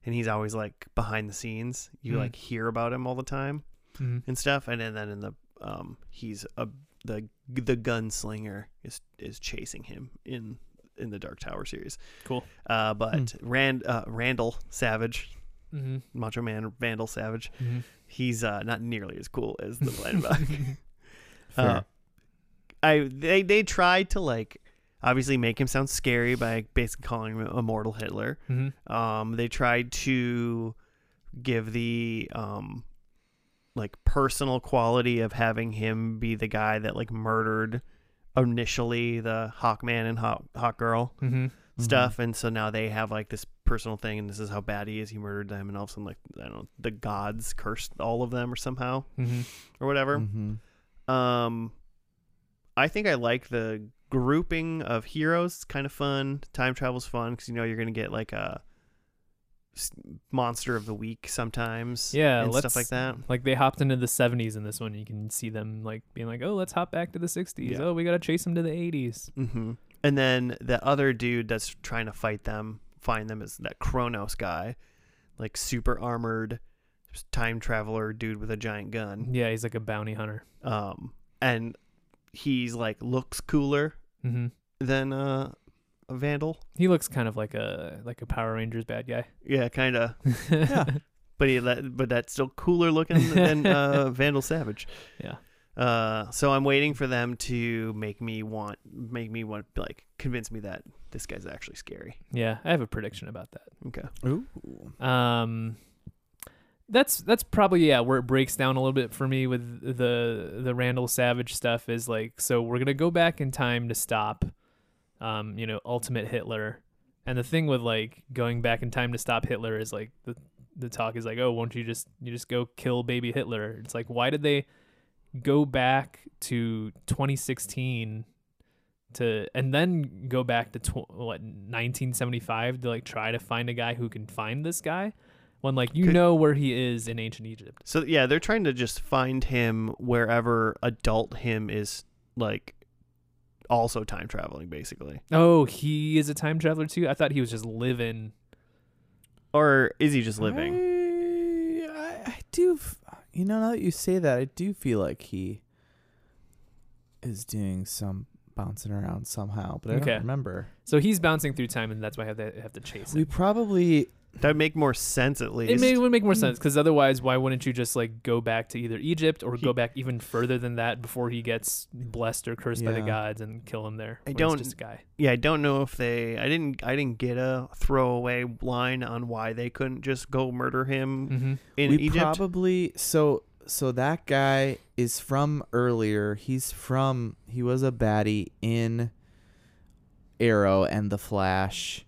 S1: and he's always like behind the scenes. You
S3: Hmm.
S1: like hear about him all the time
S3: Mhm.
S1: and stuff, and then, then in the um, he's a the the gunslinger is is chasing him in in the Dark Tower series.
S3: Cool. Hmm.
S1: Uh, but Rand uh, Randall Savage,
S3: Mhm.
S1: Macho Man Randall Savage,
S3: Mhm.
S1: he's uh, not nearly as cool as the Blind Buck.
S2: Fair. Mm-hmm.
S1: Uh, I they they tried to like obviously make him sound scary by basically calling him a mortal Hitler.
S3: Mhm.
S1: Um, they tried to give the um, like personal quality of having him be the guy that like murdered initially the Hawkman and Hawk, Hawk Girl
S3: Mhm.
S2: Mm-hmm.
S1: stuff, and so now they have like this personal thing, and this is how bad he is. He murdered them, and all of a sudden, like I don't know, the gods cursed all of them or somehow
S3: Mhm.
S1: or whatever.
S2: hmm
S3: Mm.
S1: Um, I think I like the grouping of heroes. It's kind of fun. Time travel's fun because you know you're gonna get like a s- monster of the week sometimes.
S3: Yeah,
S1: and
S3: let's-
S1: stuff like that.
S3: Like they hopped into the 70s in this one. You can see them like being like, "Oh, let's hop back to the 60s.
S1: Yeah.
S3: Oh, we gotta chase him to the 80s."
S1: Mm-hmm. And then the other dude that's trying to fight them, find them, is that Kronos guy, like super armored time traveler dude with a giant gun.
S3: Yeah, he's like a bounty hunter.
S1: Um, and he's like looks cooler
S3: hmm
S1: than uh, a Vandal.
S3: He looks kind of like a like a Power Rangers bad guy.
S1: Yeah, kind of. but he let, but that's still cooler looking than uh, Vandal Savage.
S3: Yeah.
S1: Uh, so I'm waiting for them to make me want, make me want, like, convince me that this guy's actually scary.
S3: Yeah, I have a prediction about that.
S1: Okay.
S2: Ooh.
S3: Um that's that's probably yeah where it breaks down a little bit for me with the the Randall Savage stuff is like so we're going to go back in time to stop um you know ultimate Hitler. And the thing with like going back in time to stop Hitler is like the the talk is like, "Oh, won't you just you just go kill baby Hitler?" It's like, "Why did they go back to 2016 to and then go back to tw- what 1975 to like try to find a guy who can find this guy when like you
S1: Could-
S3: know where he is in ancient Egypt.
S1: So yeah, they're trying to just find him wherever adult him is, like, also time traveling, basically.
S3: Oh, he is a time traveler too. I thought he was just living.
S1: Or is he just living?
S2: I, I, I do, f- you know, now that you say that, I do feel like he is doing some bouncing around somehow, but I
S3: Okay.
S2: don't remember.
S3: So he's bouncing through time, and that's why I have to have to chase
S2: We
S3: him.
S2: probably
S1: That'd make more sense at least.
S3: It may, would make more
S1: Hmm.
S3: sense because otherwise, why wouldn't you just like go back to either Egypt or go back even further than that before he gets blessed or cursed by the
S2: Yeah.
S3: gods and kill him there?
S1: I
S3: when he's
S1: don't-
S3: just a guy.
S1: yeah, I don't know if they. I didn't. I didn't get a throwaway line on why they couldn't just go murder him
S3: Mm-hmm.
S1: in
S2: we
S1: Egypt.
S2: probably so so that guy is from earlier. He's from he was a baddie in Arrow and the Flash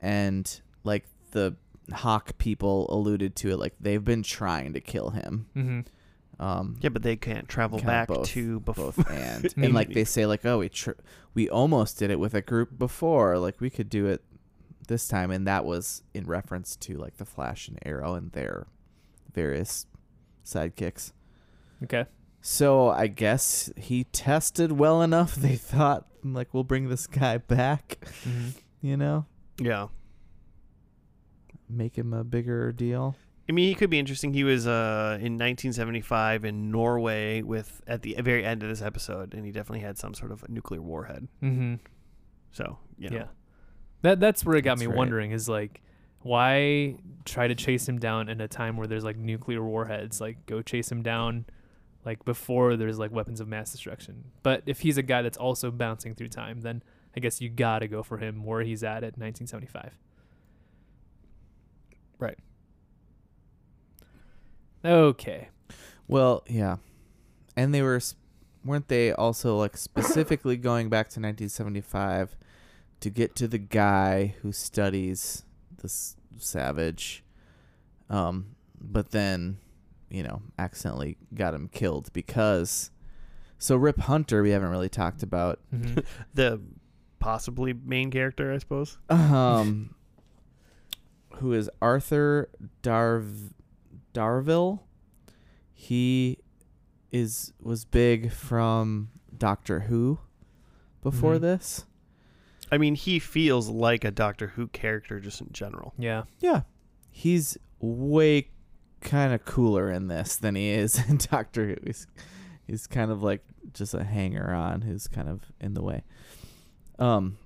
S2: and like the Hawk people alluded to it like they've been trying to kill him.
S3: Mm-hmm.
S2: Um
S1: Yeah, but they can't travel
S2: Kinda
S1: back
S2: both-
S1: to before.
S2: both and and like they say like oh we tr- we almost did it with a group before like we could do it this time and that was in reference to like the Flash and Arrow and their various sidekicks.
S3: Okay.
S2: So I guess he tested well enough. They thought, like, we'll bring this guy back,
S3: Mm-hmm.
S2: you know,
S1: Yeah,
S2: make him a bigger deal.
S1: I mean, he could be interesting. He was uh, in 1975 in Norway with at the very end of this episode, and he definitely had some sort of nuclear warhead.
S3: Mm-hmm.
S1: So you know.
S3: Yeah. That that's where it got
S2: That's
S3: me
S2: right.
S3: wondering is like why try to chase him down in a time where there's like nuclear warheads? Like go chase him down like before there's like weapons of mass destruction. But if he's a guy that's also bouncing through time, then I guess you gotta go for him where he's at at 1975.
S1: Right.
S3: Okay.
S2: Well, yeah, and they were s- weren't they also like specifically going back to 1975 to get to the guy who studies this savage, um, but then you know accidentally got him killed because. So Rip Hunter, we haven't really talked about.
S3: Mhm.
S1: The possibly main character, I suppose.
S2: um, who is Arthur Darv Darville. He is was big from Doctor Who before
S3: Mhm.
S2: this.
S1: I mean, he feels like a Doctor Who character just in general.
S3: yeah.
S2: Yeah. He's way kind of cooler in this than he is in Doctor Who. He's, he's kind of like just a hanger on who's kind of in the way. Um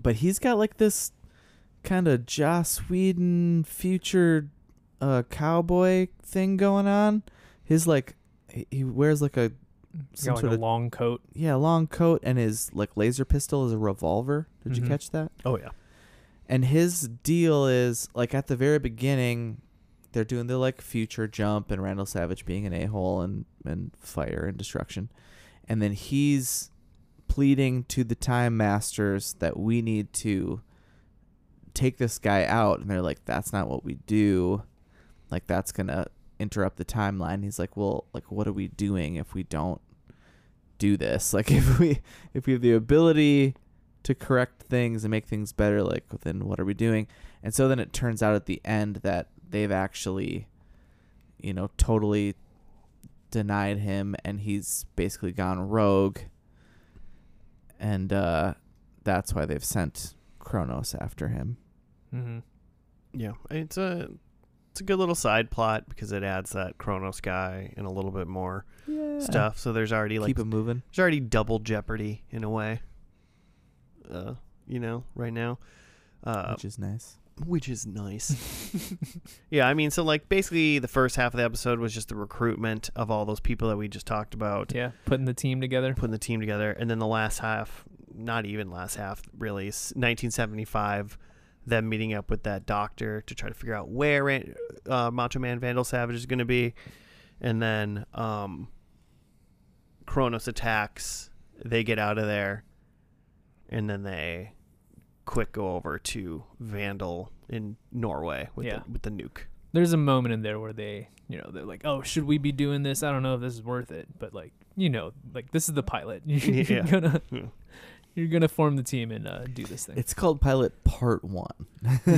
S2: but he's got like this kind of Joss Whedon future uh cowboy thing going on. His like he- he wears like a
S3: He's
S2: some
S3: got like
S2: sort
S3: a
S2: of
S3: long coat.
S2: yeah, long coat and his like laser pistol is a revolver. Did
S3: Mhm.
S2: you catch that?
S1: Oh yeah.
S2: And his deal is like at the very beginning, they're doing the like future jump and Randall Savage being an a hole and and fire and destruction, and then he's pleading to the Time Masters that we need to take this guy out, and they're like, "That's not what we do. Like that's gonna interrupt the timeline." He's like, "Well, like what are we doing if we don't do this? Like if we if we have the ability." to correct things and make things better like then what are we doing and so then it turns out at the end that they've actually you know totally denied him and he's basically gone rogue and uh that's why they've sent Kronos after him
S3: Mm-hmm.
S1: Yeah, it's a it's a good little side plot because it adds that Kronos guy and a little bit more
S2: yeah
S1: stuff. So there's already like
S2: keep it moving
S1: there's already double jeopardy in a way. Uh, you know, right now. Uh,
S2: which is nice
S1: which is nice. yeah, I mean, so like basically the first half of the episode was just the recruitment of all those people that we just talked about,
S3: Yeah. Putting the team together.
S1: putting the team together, and then the last half, not even last half, really, s- 1975, them meeting up with that doctor to try to figure out where Ran- uh, Macho Man Vandal Savage is going to be, and then um, Kronos attacks. They get out of there, and then they quick go over to Vandal in Norway with
S3: Yeah.
S1: the, with the nuke.
S3: There's a moment in there where they, you know, they're like, "Oh, should we be doing this? I don't know if this is worth it." But like, you know, like this is the pilot. You're
S1: Yeah.
S3: gonna
S1: Yeah.
S3: you're gonna form the team and uh, do this thing.
S2: it's called pilot part 1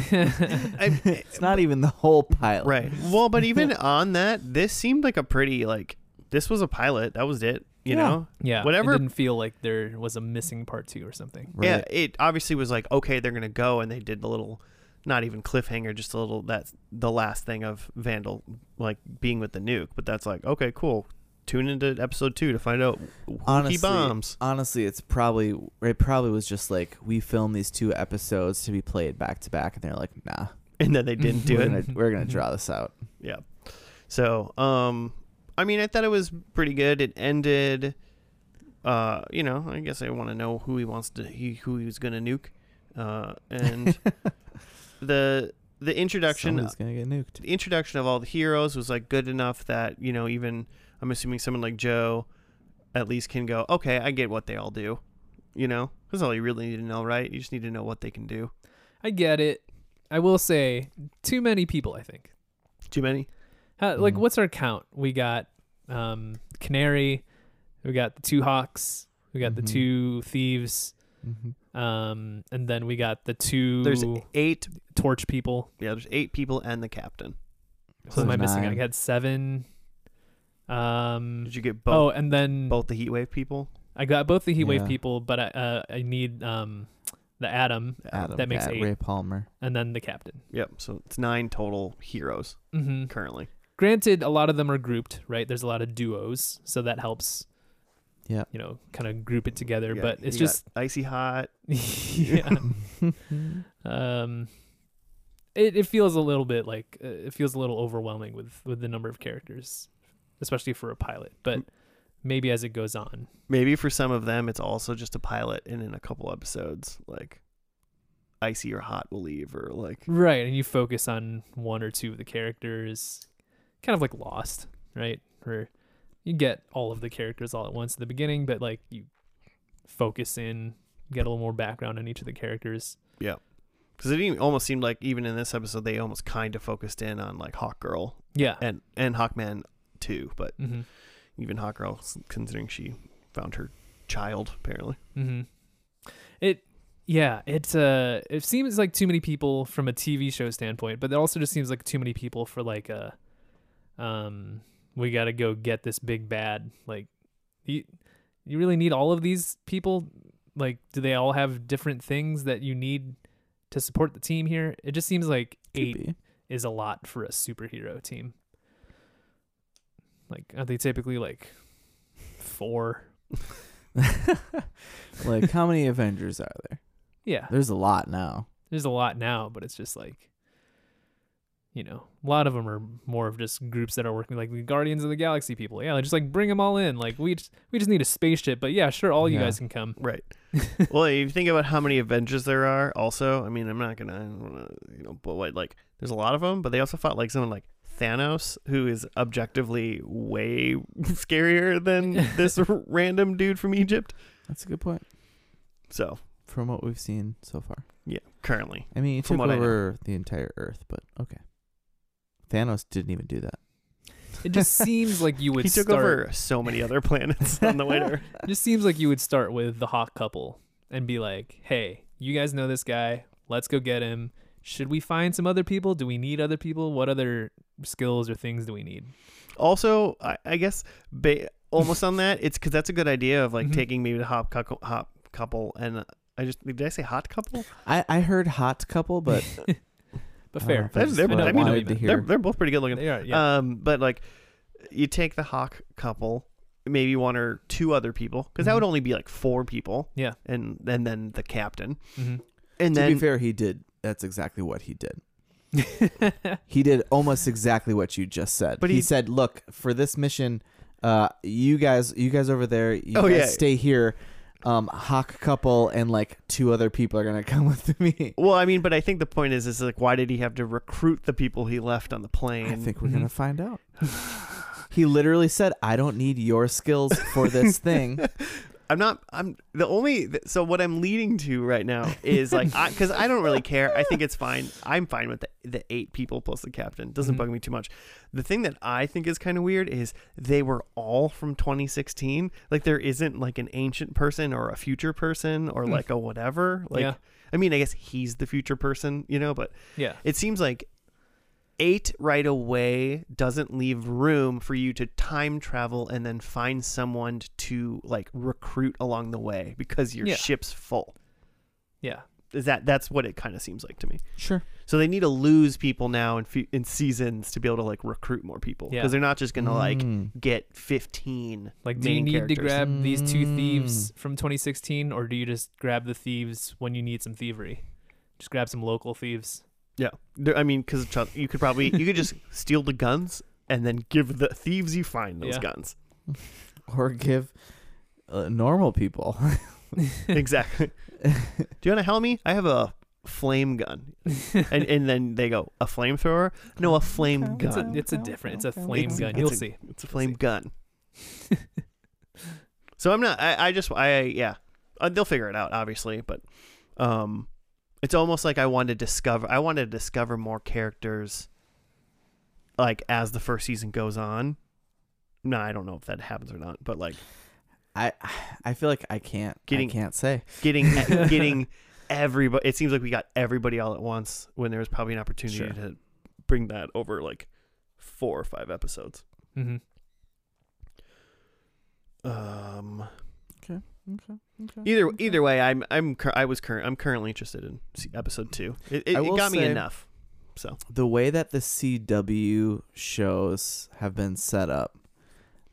S1: I-
S2: it's not even the whole pilot
S1: Right. Well, but even on that, this seemed like a pretty like this was a pilot. That was it. You
S2: Yeah.
S1: know.
S3: yeah.
S1: Whatever-
S3: It didn't feel like there was a missing part two or something.
S2: Right.
S1: Yeah. It obviously was like okay, they're gonna go, and they did the little, not even cliffhanger, just a little that's the last thing of Vandal like being with the nuke. But that's like okay, cool. Tune into episode two to find out who
S2: honestly,
S1: he bombs.
S2: Honestly, it's probably it probably was just like we filmed these two episodes to be played back to back, and they're like, nah,
S1: And then they didn't do
S2: we're
S1: it.
S2: gonna we're gonna draw this out.
S1: Yeah. So, um, I mean, I thought it was pretty good. It ended. Uh, you know, I guess I want to know who he wants to he who he was gonna nuke, uh, and the the introduction
S2: Someone's gonna get nuked.
S1: the introduction of all the heroes was like good enough that you know even I'm assuming someone like Joe, at least can go okay I get what they all do, you know that's all you really need to know right you just need to know what they can do.
S3: I get it. I will say, too many people. I think.
S1: Too many.
S3: How, like,
S1: Mm-hmm.
S2: Mhm.
S3: what's our count? We got um, Canary. We got the two hawks. We got
S1: Mm-hmm.
S2: Mhm.
S3: the two thieves.
S2: Mhm.
S3: Um, and then we got the two
S1: There's eight.
S3: torch people.
S1: Yeah, there's eight people and the captain.
S3: Who am I missing? I
S2: Nine.
S3: had seven. Um,
S1: Did you get both?
S3: oh, and then
S1: both the heat wave people.
S3: I got both the heat wave
S2: Yeah.
S3: people, but I uh, I need um the Atom
S2: Adam,
S3: that makes
S2: yeah,
S3: eight.
S2: Ray Palmer.
S3: and then the Captain.
S1: Yep. So it's nine total heroes
S3: hmm
S1: currently.
S3: Granted, a lot of them are grouped, right? There's a lot of duos, so that helps.
S2: Yeah.
S3: You know, kind of group it together,
S1: Yeah,
S3: but it's
S1: you got
S3: just
S1: icy hot.
S3: yeah.
S1: Mm-hmm.
S3: um it, it feels a little bit like uh, it feels a little overwhelming with with the number of characters especially for a pilot. But maybe as it goes on,
S1: Maybe for some of them, it's also just a pilot, and in a couple episodes, like icy or hot will leave, or like
S3: right? And you focus on one or two of the characters, kind of like Lost, right? Where you get all of the characters all at once at the beginning, but like you focus in, get a little more background on each of the characters.
S1: because it even, almost seemed like even in this episode, they almost kind of focused in on like Hawk Girl
S3: Yeah.
S1: and and Hawkman too, but
S3: Mm-hmm.
S1: even Hawk Girl, s- considering she found her child apparently.
S3: Mm-hmm. It, yeah, it's uh, it seems like too many people from a TV show standpoint, but it also just seems like too many people for like a, um, we gotta go get this big bad. Like, you, you really need all of these people. Like, do they all have different things that you need to support the team here? It just seems like
S2: Could
S3: eight
S2: be.
S3: is a lot for a superhero team. Like, are they typically like four?
S2: like how many Avengers are there?
S3: Yeah.
S2: There's a lot now.
S3: there's a lot now, but it's just like, you know, a lot of them are more of just groups that are working like the Guardians of the Galaxy people. Yeah, like, just like bring them all in. Like we just we just need a spaceship, but yeah, sure, all you
S2: Yeah.
S3: guys can come.
S1: Right. well, if you think about how many Avengers there are, also, I mean, I'm not gonna, I don't wanna, you know, but what, like, there's a lot of them, but they also fought like someone like Thanos, who is objectively way scarier than this random dude from Egypt.
S2: That's a good point.
S1: So,
S2: From what we've seen so far.
S1: yeah, currently,
S2: I mean, he
S1: From
S2: took
S1: what I know.
S2: over the entire Earth, but okay. Thanos didn't even do that.
S3: It just seems like you would
S1: he took
S3: start,
S1: over so many other planets on the way to Earth.
S3: It just seems like you would start with the hot couple and be like, hey, you guys know this guy. Let's go get him. Should we find some other people? Do we need other people? What other skills or things do we need?
S1: Also, I, I guess ba- almost on that, it's because that's a good idea of like
S3: Mhm.
S1: taking maybe the hop cucko- hop couple and. uh, I just did I say hot couple?
S2: I, I heard hot couple, but
S3: But
S2: I don't know
S3: fair.
S2: if
S1: They're,
S2: just
S1: they're,
S2: what
S1: I
S3: I
S1: mean,
S3: know
S2: wanted
S3: you
S2: to
S3: meant.
S1: they're,
S2: hear.
S1: they're both pretty good looking.
S3: They are, yeah.
S1: Um, but like, you take the hawk couple, maybe one or two other people, because that
S2: Mm-hmm.
S3: Mhm.
S1: would only be like four people.
S3: Yeah.
S1: and and then the captain,
S3: Mhm.
S1: and
S2: to be
S1: then
S2: fair, he did. That's exactly what he did.
S3: Mm-hmm.
S2: He did almost exactly what you just said.
S1: But
S2: he,
S1: he-
S2: said, "Look, for this mission, uh, you guys, you guys over there, you
S1: Oh,
S2: guys
S1: yeah.
S2: stay here. Um, Hawk couple and like two other people are gonna come with me.
S1: well, I mean, but I think the point is, is like, why did he have to recruit the people he left on the plane?
S2: I think we're
S1: Mm-hmm.
S3: Mhm.
S2: gonna find out." he literally said, "I don't need your skills for this thing."
S1: I'm not. I'm the only. th- So what I'm leading to right now is like, because I, don't really care. I think it's fine. I'm fine with the, the eight people plus the captain. Doesn't
S3: Mhm.
S1: bug me too much. The thing that I think is kind of weird is they were all from 2016. Like there isn't like an ancient person or a future person or
S3: Hmm.
S1: like a whatever. Like
S3: Yeah.
S1: I mean, I guess he's the future person, you know. But
S3: yeah.
S1: it seems like eight right away doesn't leave room for you to time travel and then find someone to like recruit along the way because your
S3: Yeah.
S1: ship's full.
S3: Yeah.
S1: Is that that's what it kind of seems like to me.
S2: sure.
S1: So they need to lose people now in fe- in seasons to be able to like recruit more people because
S3: Yeah.
S1: they're not just gonna like
S2: Mm.
S1: get fifteen.
S3: Like, do you
S1: main
S3: need to
S1: characters.
S3: grab these two thieves
S2: Mm.
S3: from 2016, or do you just grab the thieves when you need some thievery? Just grab some local thieves.
S1: Yeah, There- I mean, because you could probably you could just steal the guns and then give the thieves you find those
S3: Yeah.
S1: guns.
S2: or give uh, normal people.
S1: exactly. Do you want to help me? I have a flame gun, and and then they go a flamethrower. No, a flame
S2: Okay.
S3: It's a,
S1: gun.
S3: it's a different. It's a flame
S1: It's-
S3: gun.
S1: it's
S3: You'll
S1: a-
S3: see.
S1: It's a flame gun. so I'm not. I, I just. I yeah. Uh, they'll figure it out, obviously. But um, it's almost like I wanted to discover. I wanted to discover more characters. Like as the first season goes on. No, I don't know if that happens or not, but like
S2: I I feel like I can't.
S1: Getting-
S2: I can't say.
S1: getting e, getting everybody. It seems like we got everybody all at once when there was probably an opportunity
S2: Sure.
S1: to bring that over like four or five episodes.
S3: Mm-hmm.
S1: Um.
S2: Okay. Okay.
S1: Either either way, I'm I'm cur- I was current I'm currently interested in se- episode two. It, it,
S2: I
S1: it
S2: will
S1: got me
S2: say-
S1: enough. So
S2: the way that the CW shows have been set up,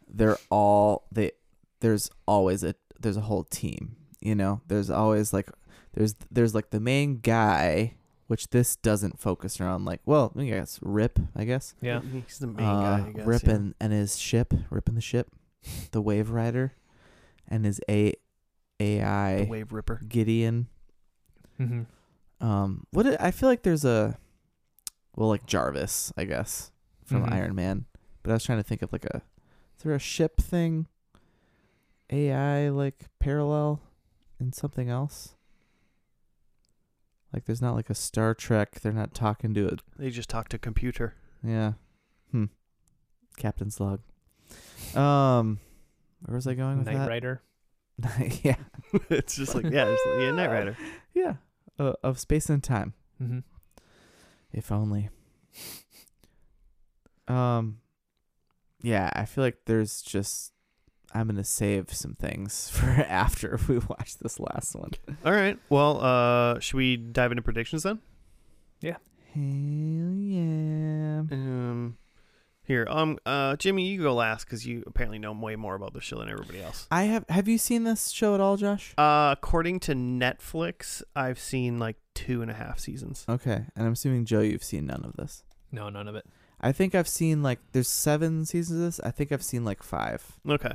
S2: they're all they there's always a there's a whole team, you know? There's always like there's there's like the main guy which this doesn't focus around. Like, well, I guess Rip, I guess,
S3: Yeah.
S1: He's the main guy,
S2: uh,
S1: I guess.
S2: Rip
S1: yeah.
S2: and, and his ship, Rip and the ship, the Wave Rider, and his a
S1: the
S2: AI
S1: Wave Ripper.
S2: Gideon.
S3: Mm-hmm.
S2: Um, what it, I feel like there's a, well, like Jarvis, I guess, from
S1: Mm-hmm.
S3: Mhm.
S2: Iron Man. But I was trying to think of like a, is there a ship thing? AI like parallel, in something else. Like there's not like a Star Trek. They're not talking to a
S1: They just talk to computer.
S2: yeah. Hmm. Captain Slug. Um, where was I going with
S3: Mm-hmm. Knight Rider.
S2: that? yeah.
S1: it's just like yeah, it's, yeah, Knight Rider.
S2: Yeah. Uh, of space and time.
S3: Mm-hmm.
S2: If only. Um yeah, I feel like there's just I'm gonna save some things for after we watch this last one.
S1: All right. Well, uh, should we dive into predictions then?
S2: Hell yeah.
S1: Um, here, um, uh, Jimmy, you go last because you apparently know way more about this show than everybody else.
S2: I have have you seen this show at all, Josh?
S1: Uh, according to Netflix, I've seen like two and a half seasons.
S2: Okay. And I'm assuming Joe you've seen none of this.
S3: No, none of it.
S2: I think I've seen like there's seven seasons of this. I think I've seen like five.
S1: Okay.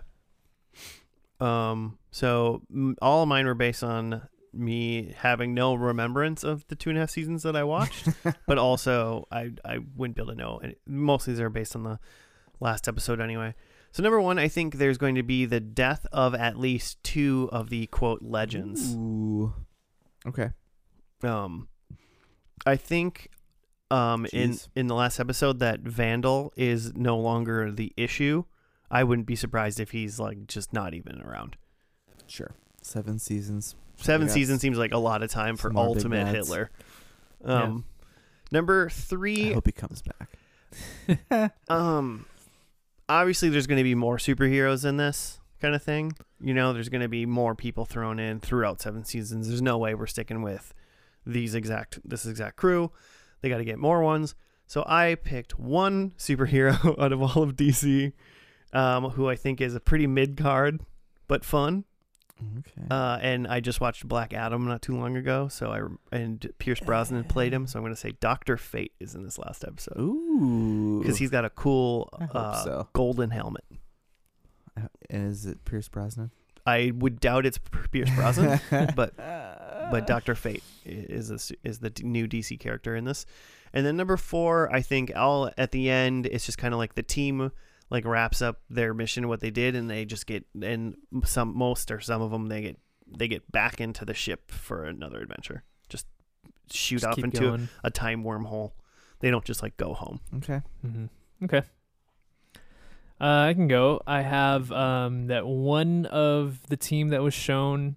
S1: Um, so m- all of mine were based on me having no remembrance of the two and a half seasons that I watched, but also I I wouldn't be able to know. And most of these are based on the last episode anyway. So number one, I think there's going to be the death of at least two of the quote legends.
S2: Ooh. Okay.
S1: Um, I think um in
S2: Jeez.
S1: in the last episode that Vandal is no longer the issue. I wouldn't be surprised if he's like just not even around.
S2: Sure. Seven seasons.
S1: Seven
S2: Yeah.
S1: seasons seems like a lot of time for
S2: Some more big
S1: ultimate
S2: bads.
S1: Hitler. Um, number three.
S2: I hope he comes back.
S1: um, obviously there's going to be more superheroes in this kind of thing. You know, there's going to be more people thrown in throughout seven seasons. There's no way we're sticking with these exact this exact crew. They got to get more ones. So I picked one superhero out of all of DC, um, who I think is a pretty mid card, but fun.
S2: Okay.
S1: Uh, and I just watched Black Adam not too long ago, so I and Pierce Brosnan played him, so I'm going to say Doctor Fate is in this last episode
S2: Ooh.
S1: because he's got a cool
S2: I hope
S1: uh,
S2: so.
S1: golden helmet.
S2: Uh, Is it Pierce Brosnan?
S1: I would doubt it's Pierce Brosnan, but
S3: Oh.
S1: but Doctor Fate i- is this, is the d- new DC character in this. And then number four, I think all at the end, it's just kind of like the team like wraps up their mission, what they did, and they just get and some most or some of them they get they get back into the ship for another adventure. Just shoot
S3: Just
S1: off
S3: keep
S1: into
S3: going.
S1: a time wormhole. They don't just like go home.
S2: Okay.
S3: hmm Okay. Uh, I can go. I have um, that one of the team that was shown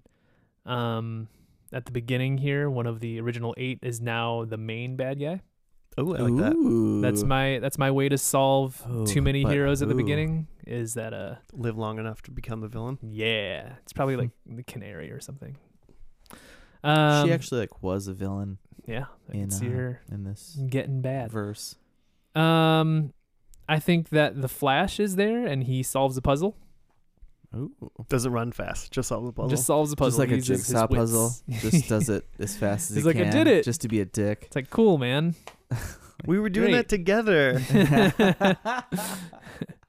S3: um, at the beginning here, one of the original eight, is now the main bad guy.
S1: Oh, I like that.
S3: That's my that's my way to solve
S2: Ooh,
S3: too many
S2: Oh, but
S3: heroes at the
S2: who?
S3: beginning. Is that uh
S1: Live long enough to become the villain.
S3: yeah? It's probably like the canary or something. Um,
S2: she actually like was a villain
S3: yeah, I
S2: in,
S3: can see
S2: uh,
S3: her
S2: in this
S3: getting bad.
S2: verse.
S3: Um, I think that the Flash is there and he solves a puzzle.
S2: Ooh.
S1: Doesn't run fast. Just solve the puzzle.
S3: Just solves a puzzle.
S2: Just like a
S3: Uses his
S2: jigsaw
S3: wits.
S2: puzzle. Just does it as fast as
S3: He's
S2: he
S3: like, "I
S2: can.
S3: did it."
S2: Just to be a dick.
S3: It's like cool, man.
S1: we were doing that
S3: Great.
S1: together.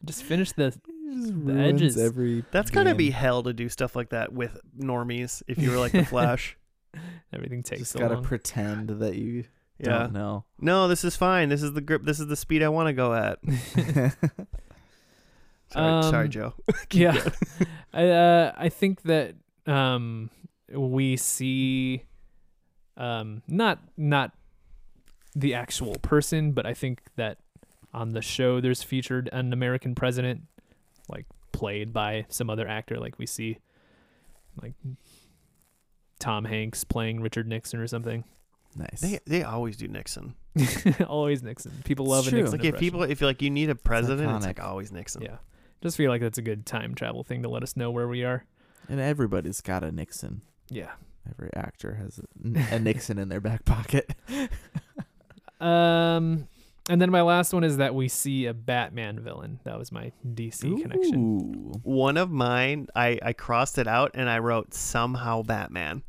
S3: Just finish the
S2: Just
S3: ruins edges.
S2: Every
S1: That's gotta be hell to do stuff like that with normies. If you were like the Flash,
S3: everything takes
S2: Just
S3: so
S2: gotta
S3: long.
S2: pretend that you
S1: yeah.
S2: don't know.
S1: No, this is fine. This is the grip. This is the speed I want to go at. Sorry, sorry,
S3: Um,
S1: Joe.
S3: yeah, I uh, I think that um we see um not not the actual person, but I think that on the show there's featured an American president, like played by some other actor, like we see like Tom Hanks playing Richard Nixon or something.
S2: nice.
S1: They they always do Nixon.
S3: Always Nixon. People love
S2: It's
S3: a
S2: true.
S3: Nixon.
S1: Like if
S3: impression.
S1: people, if like you need a president, it's, like
S2: iconic.
S1: always Nixon.
S3: Yeah. Just feel like that's a good time travel thing to let us know where we are.
S2: and everybody's got a Nixon.
S3: Yeah.
S2: Every actor has a, a Nixon in their back pocket.
S3: Um and then my last one is that we see a Batman villain. That was my DC connection.
S2: Ooh.
S1: One of mine, I I crossed it out and I wrote somehow Batman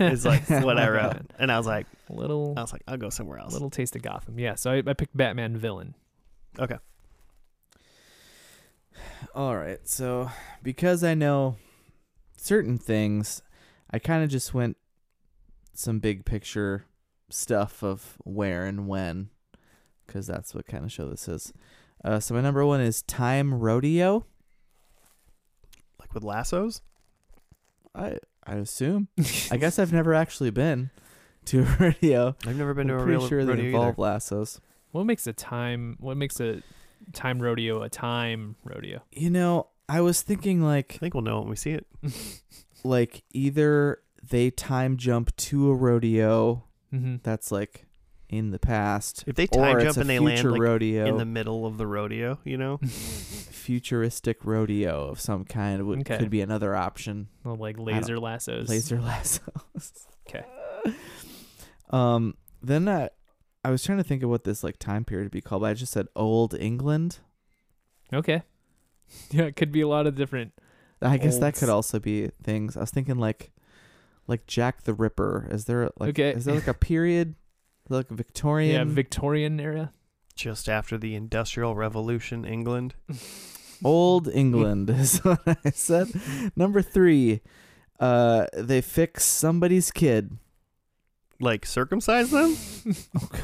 S1: is like what I wrote, and I was like,
S3: Little
S1: I
S2: Oh,
S1: was like, I'll go somewhere else.
S3: little taste of Gotham. Yeah, so I, I picked Batman villain.
S1: Okay.
S2: All right. So, because I know certain things, I kind of just went some big picture stuff of where and when, because that's what kind of show this is. Uh, so, my number one is Time Rodeo.
S1: Like with lassos?
S2: I I assume. I guess I've never actually been to a rodeo.
S1: I've never been to
S2: I'm
S1: a
S2: pretty
S1: real
S2: sure they
S1: rodeo either.
S2: involve lassos.
S3: What makes a time? What makes a time rodeo a time rodeo?
S2: You know, I was thinking like
S1: I think we'll know when we see it.
S2: like either they time jump to a rodeo
S3: hmm
S2: that's like in the past
S1: If they
S2: or
S1: time
S2: it's
S1: jump
S2: a
S1: and they land
S2: future
S1: like
S2: rodeo
S1: in the middle of the rodeo, you know?
S2: futuristic rodeo of some kind would,
S3: Okay.
S2: could be another option
S3: Well, like laser lassos.
S2: laser lassos
S3: Okay.
S2: um then i i was trying to think of what this like time period would be called but i just said old england
S3: Okay. Yeah, it could be a lot of different.
S2: i guess that
S3: Olds.
S2: could also be things i was thinking like like jack the ripper is there like
S3: Okay.
S2: is there like a period like victorian
S3: Yeah, Victorian era.
S1: Just after the Industrial Revolution, England.
S2: Old England is what I said. Number three, uh, they fix somebody's kid.
S1: Like circumcise them?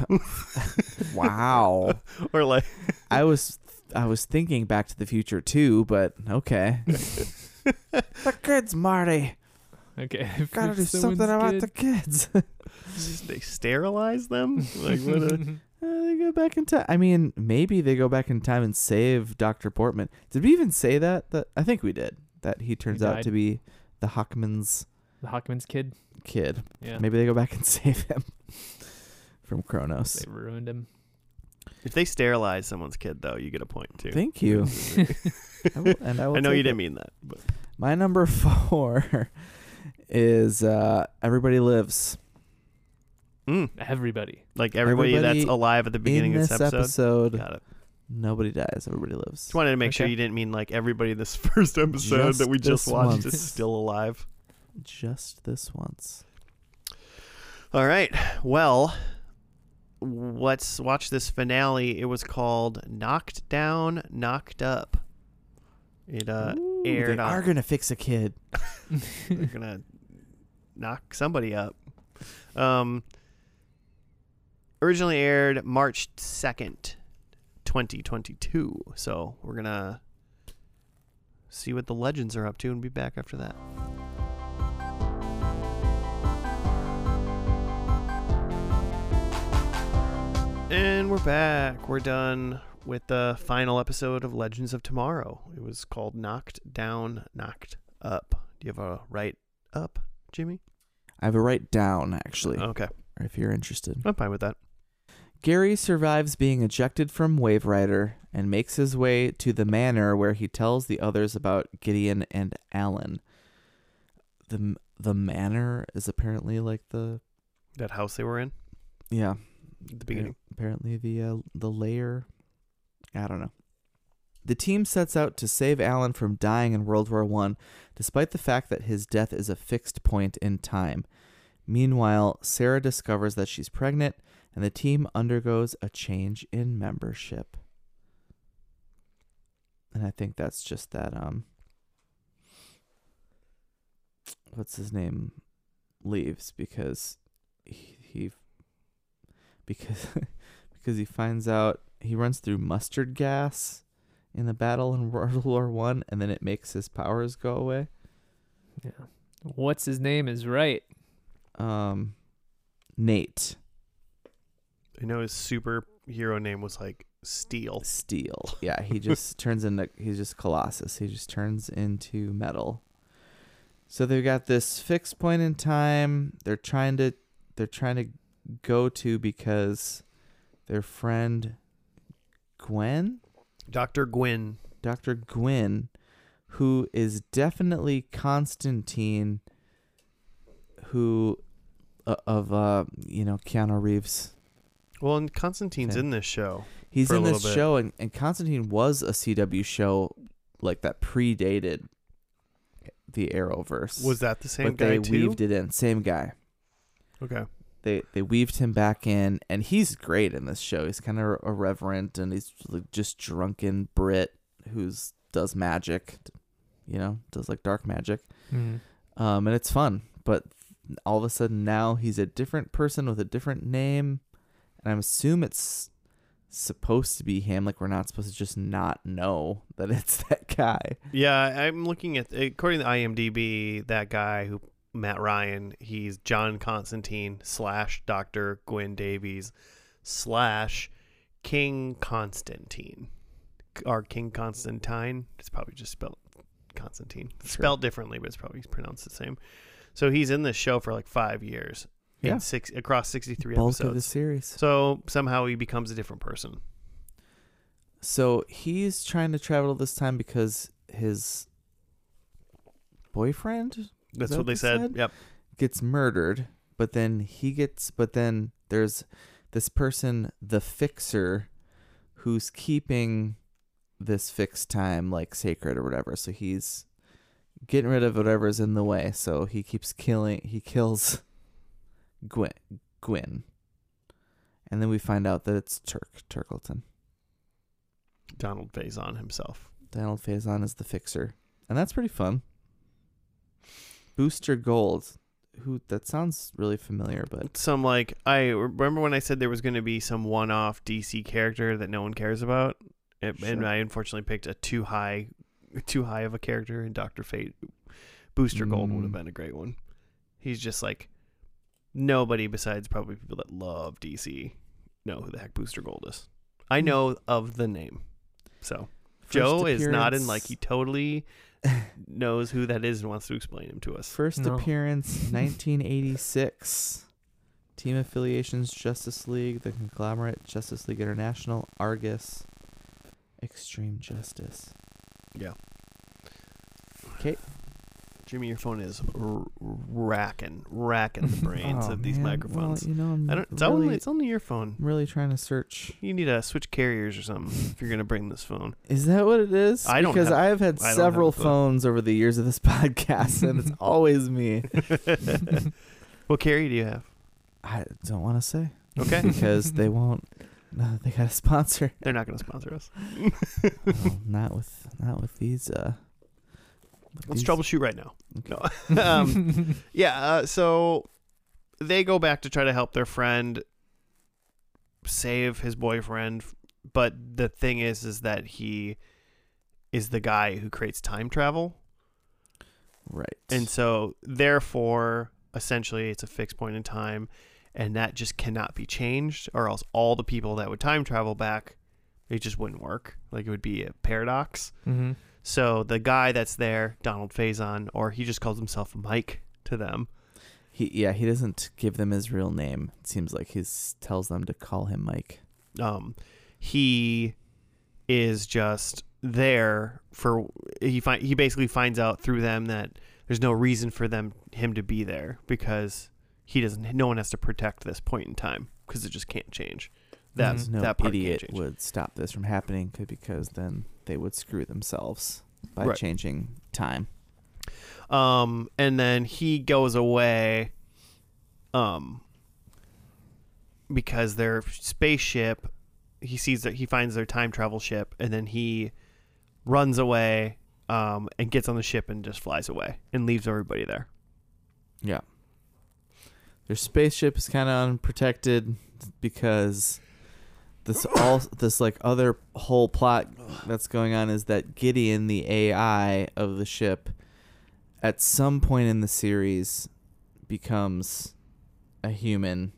S2: Oh, Wow.
S1: Or like
S2: I was I was thinking Back to the Future too, but okay. the kids, Marty.
S3: Okay.
S2: Gotta do
S3: If
S2: something
S3: someone's
S2: about
S3: good-
S2: the kids.
S1: they sterilize them? Like what a
S2: Uh, they go back in time. I mean, maybe they go back in time and save Doctor Portman. Did we even say that? That I think we did. That he turns out
S3: died.
S2: to be the Hockman's
S3: the Hockman's kid.
S2: kid.
S3: Yeah.
S2: Maybe they go back and save him from Kronos.
S3: They ruined him.
S1: If they sterilize someone's kid though, you get a point too.
S2: Thank you. I will- and I, will
S1: I know you didn't
S2: take it.
S1: mean that, but
S2: My number four is uh, Everybody Lives.
S1: Mm.
S3: Everybody.
S1: like everybody, that's
S2: Everybody
S1: alive at the beginning
S2: In
S1: of
S2: this episode,
S1: Got it.
S2: nobody dies. Everybody lives.
S1: Just wanted to make sure
S3: Okay.
S1: you didn't mean like everybody this first episode
S2: Just
S1: that we just
S2: this
S1: watched
S2: once.
S1: is still alive.
S2: Just this once.
S1: All right. Well, let's watch this finale. It was called Knocked Down, Knocked Up. It uh
S2: Ooh,
S1: aired
S2: they
S1: on
S2: are gonna fix a kid.
S1: they're gonna knock somebody up. Um, originally aired March second, twenty twenty two. So we're gonna see what the legends are up to and be back after that. And we're back. We're done with the final episode of Legends of Tomorrow. It was called Knocked Down, Knocked Up. Do you have a right up, Jimmy?
S2: I have a write down actually,
S1: Okay.
S2: or if you're interested.
S1: I'm fine with that.
S2: Gary survives being ejected from Wave Rider and makes his way to the manor where he tells the others about Gideon and Alan. The the manor is apparently like the
S1: That house they were in
S2: yeah
S1: at the beginning.
S2: Apparently, the uh, the layer. I don't know. The team sets out to save Alan from dying in World War One, despite the fact that his death is a fixed point in time. Meanwhile, Sarah discovers that she's pregnant, and the team undergoes a change in membership. And I think that's just that. Um, what's his name? Leaves because he, he because because he finds out he runs through mustard gas in the battle in World War One, and then it makes his powers go away.
S3: Yeah. What's his name is right.
S2: Um, Nate
S1: I know his superhero name was like Steel.
S2: Steel. Yeah, he just turns into he's just Colossus. He just turns into metal. So they've got this fixed point in time. They're trying to they're trying to go to because their friend Gwen
S1: Dr. Gwyn.
S2: Dr. Gwyn, who is definitely Constantine, who uh, of uh, you know Keanu Reeves.
S1: Well, and Constantine's
S2: Same.
S1: in this show.
S2: He's
S1: For a
S2: in
S1: little
S2: this
S1: bit.
S2: show, and, and Constantine was a CW show like that predated the Arrowverse.
S1: Was that the same
S2: but
S1: guy
S2: they
S1: too?
S2: weaved it in. Same guy.
S1: okay.
S2: they they weaved him back in, and he's great in this show. He's kind of irreverent, and he's like just drunken Brit who's does magic, you know, does like dark magic, um, and it's fun. But all of a sudden now he's a different person with a different name, and I assume it's supposed to be him. Like we're not supposed to just not know that it's that guy.
S1: Yeah, I'm looking at according to IMDb, that guy who Matt Ryan, he's John Constantine slash Doctor Gwen Davies slash King Constantine or King Constantine. It's probably just spelled Constantine, It's
S2: Sure.
S1: spelled differently, but it's probably pronounced the same. So he's in this show for like five years, in
S2: Yeah.
S1: six across sixty three
S2: Bulk of the
S1: episodes.
S2: series.
S1: So somehow he becomes a different person.
S2: So he's trying to travel this time because his boyfriend
S1: That's
S2: that
S1: what
S2: what
S1: they
S2: they
S1: said.
S2: said?
S1: Yep.
S2: gets murdered, but then he gets but then there's this person, the fixer, who's keeping this fixed time like sacred or whatever. So he's getting rid of whatever's in the way. So he keeps killing he kills Gwen Gwyn. And then we find out that it's Turk Turkleton.
S1: Donald Faison himself.
S2: Donald Faison is the fixer, and that's pretty fun. Booster Gold, who that sounds really familiar, but
S1: Some like I remember when I said there was going to be some one off DC character that no one cares about, and, and
S2: Sure.
S1: I unfortunately picked a too high, too high of a character in Doctor Fate. Booster Gold would have
S2: Mm.
S1: been a great one. He's just like nobody besides probably people that love DC know who the heck Booster Gold is. I
S2: Hmm.
S1: know of the name, so
S2: first
S1: Joe is nodding
S2: appearance-
S1: like he totally knows who that is and wants to explain him to us.
S2: first
S3: No.
S2: appearance 1986. Team affiliations: Justice League, The Conglomerate, Justice League International, Argus, Extreme Justice.
S1: Jimmy, your phone is r- racking, racking the brains
S2: Oh,
S1: of these
S2: man. Well,
S1: microphones.
S2: you know, I'm
S1: I don't. It's
S2: really,
S1: only it's only your phone.
S2: I'm really trying to search.
S1: You need to switch carriers or something if you're gonna bring this phone.
S2: Is that what it is?
S1: I don't
S2: because
S1: have-
S2: I've had
S1: I don't have
S2: several
S1: a clue.
S2: phones over the years of this podcast, and it's always me.
S1: what carrier do you have?
S2: I don't want to say
S1: Okay.
S2: because they won't. No, they got a sponsor.
S1: They're not gonna sponsor us.
S2: Oh, not with not with these. Uh, with
S1: Let's
S2: these-
S1: troubleshoot right now. No. um, yeah. Uh, so they go back to try to help their friend save his boyfriend, but the thing is, is that he is the guy who creates time travel.
S2: Right.
S1: And so, therefore, essentially, it's a fixed point in time, and that just cannot be changed, or else all the people that would time travel back, it just wouldn't work. Like it would be a paradox.
S3: hmm
S1: So the guy that's there, Donald Faison, or he just calls himself Mike to them.
S2: he yeah he doesn't give them his real name. It seems like he tells them to call him Mike.
S1: Um, he is just there for he find he basically finds out through them that there's no reason for them him to be there because he doesn't no one has to protect this point in time because it just can't change. That
S3: Mhm.
S2: No
S1: that part
S2: idiot
S1: can't change.
S2: would stop this from happening c- because then they would screw themselves by
S1: Right.
S2: changing time.
S1: Um, and then he goes away, um, because their spaceship, he sees that he finds their time travel ship, and then he runs away, um, and gets on the ship and just flies away and leaves everybody there.
S2: Their spaceship is kind of unprotected because this all this like other whole plot that's going on is that Gideon, the AI of the ship, at some point in the series becomes a human,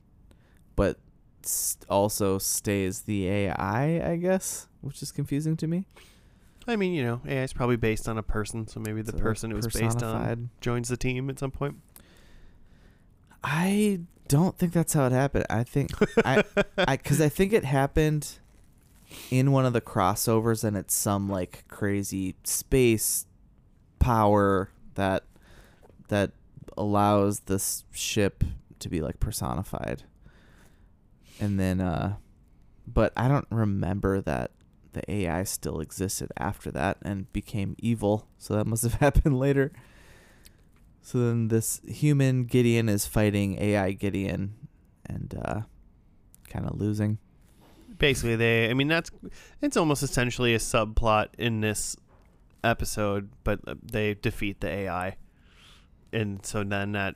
S2: but s- also stays the AI, I guess, which is confusing to me.
S1: I mean, you know, AI is probably based on a person, so maybe the
S2: So,
S1: person it was based on
S2: personified.
S1: joins the team at some point.
S2: I don't think that's how it happened. I think I because I, think it happened in one of the crossovers, and it's some like crazy space power that that allows this ship to be like personified. And then, uh, but I don't remember that the AI still existed after that and became evil. So that must have happened later. So then this human Gideon is fighting AI Gideon, and uh, kind of losing.
S1: Basically, they. I mean, that's it's almost essentially a subplot in this episode, but uh, they defeat the AI, and so then that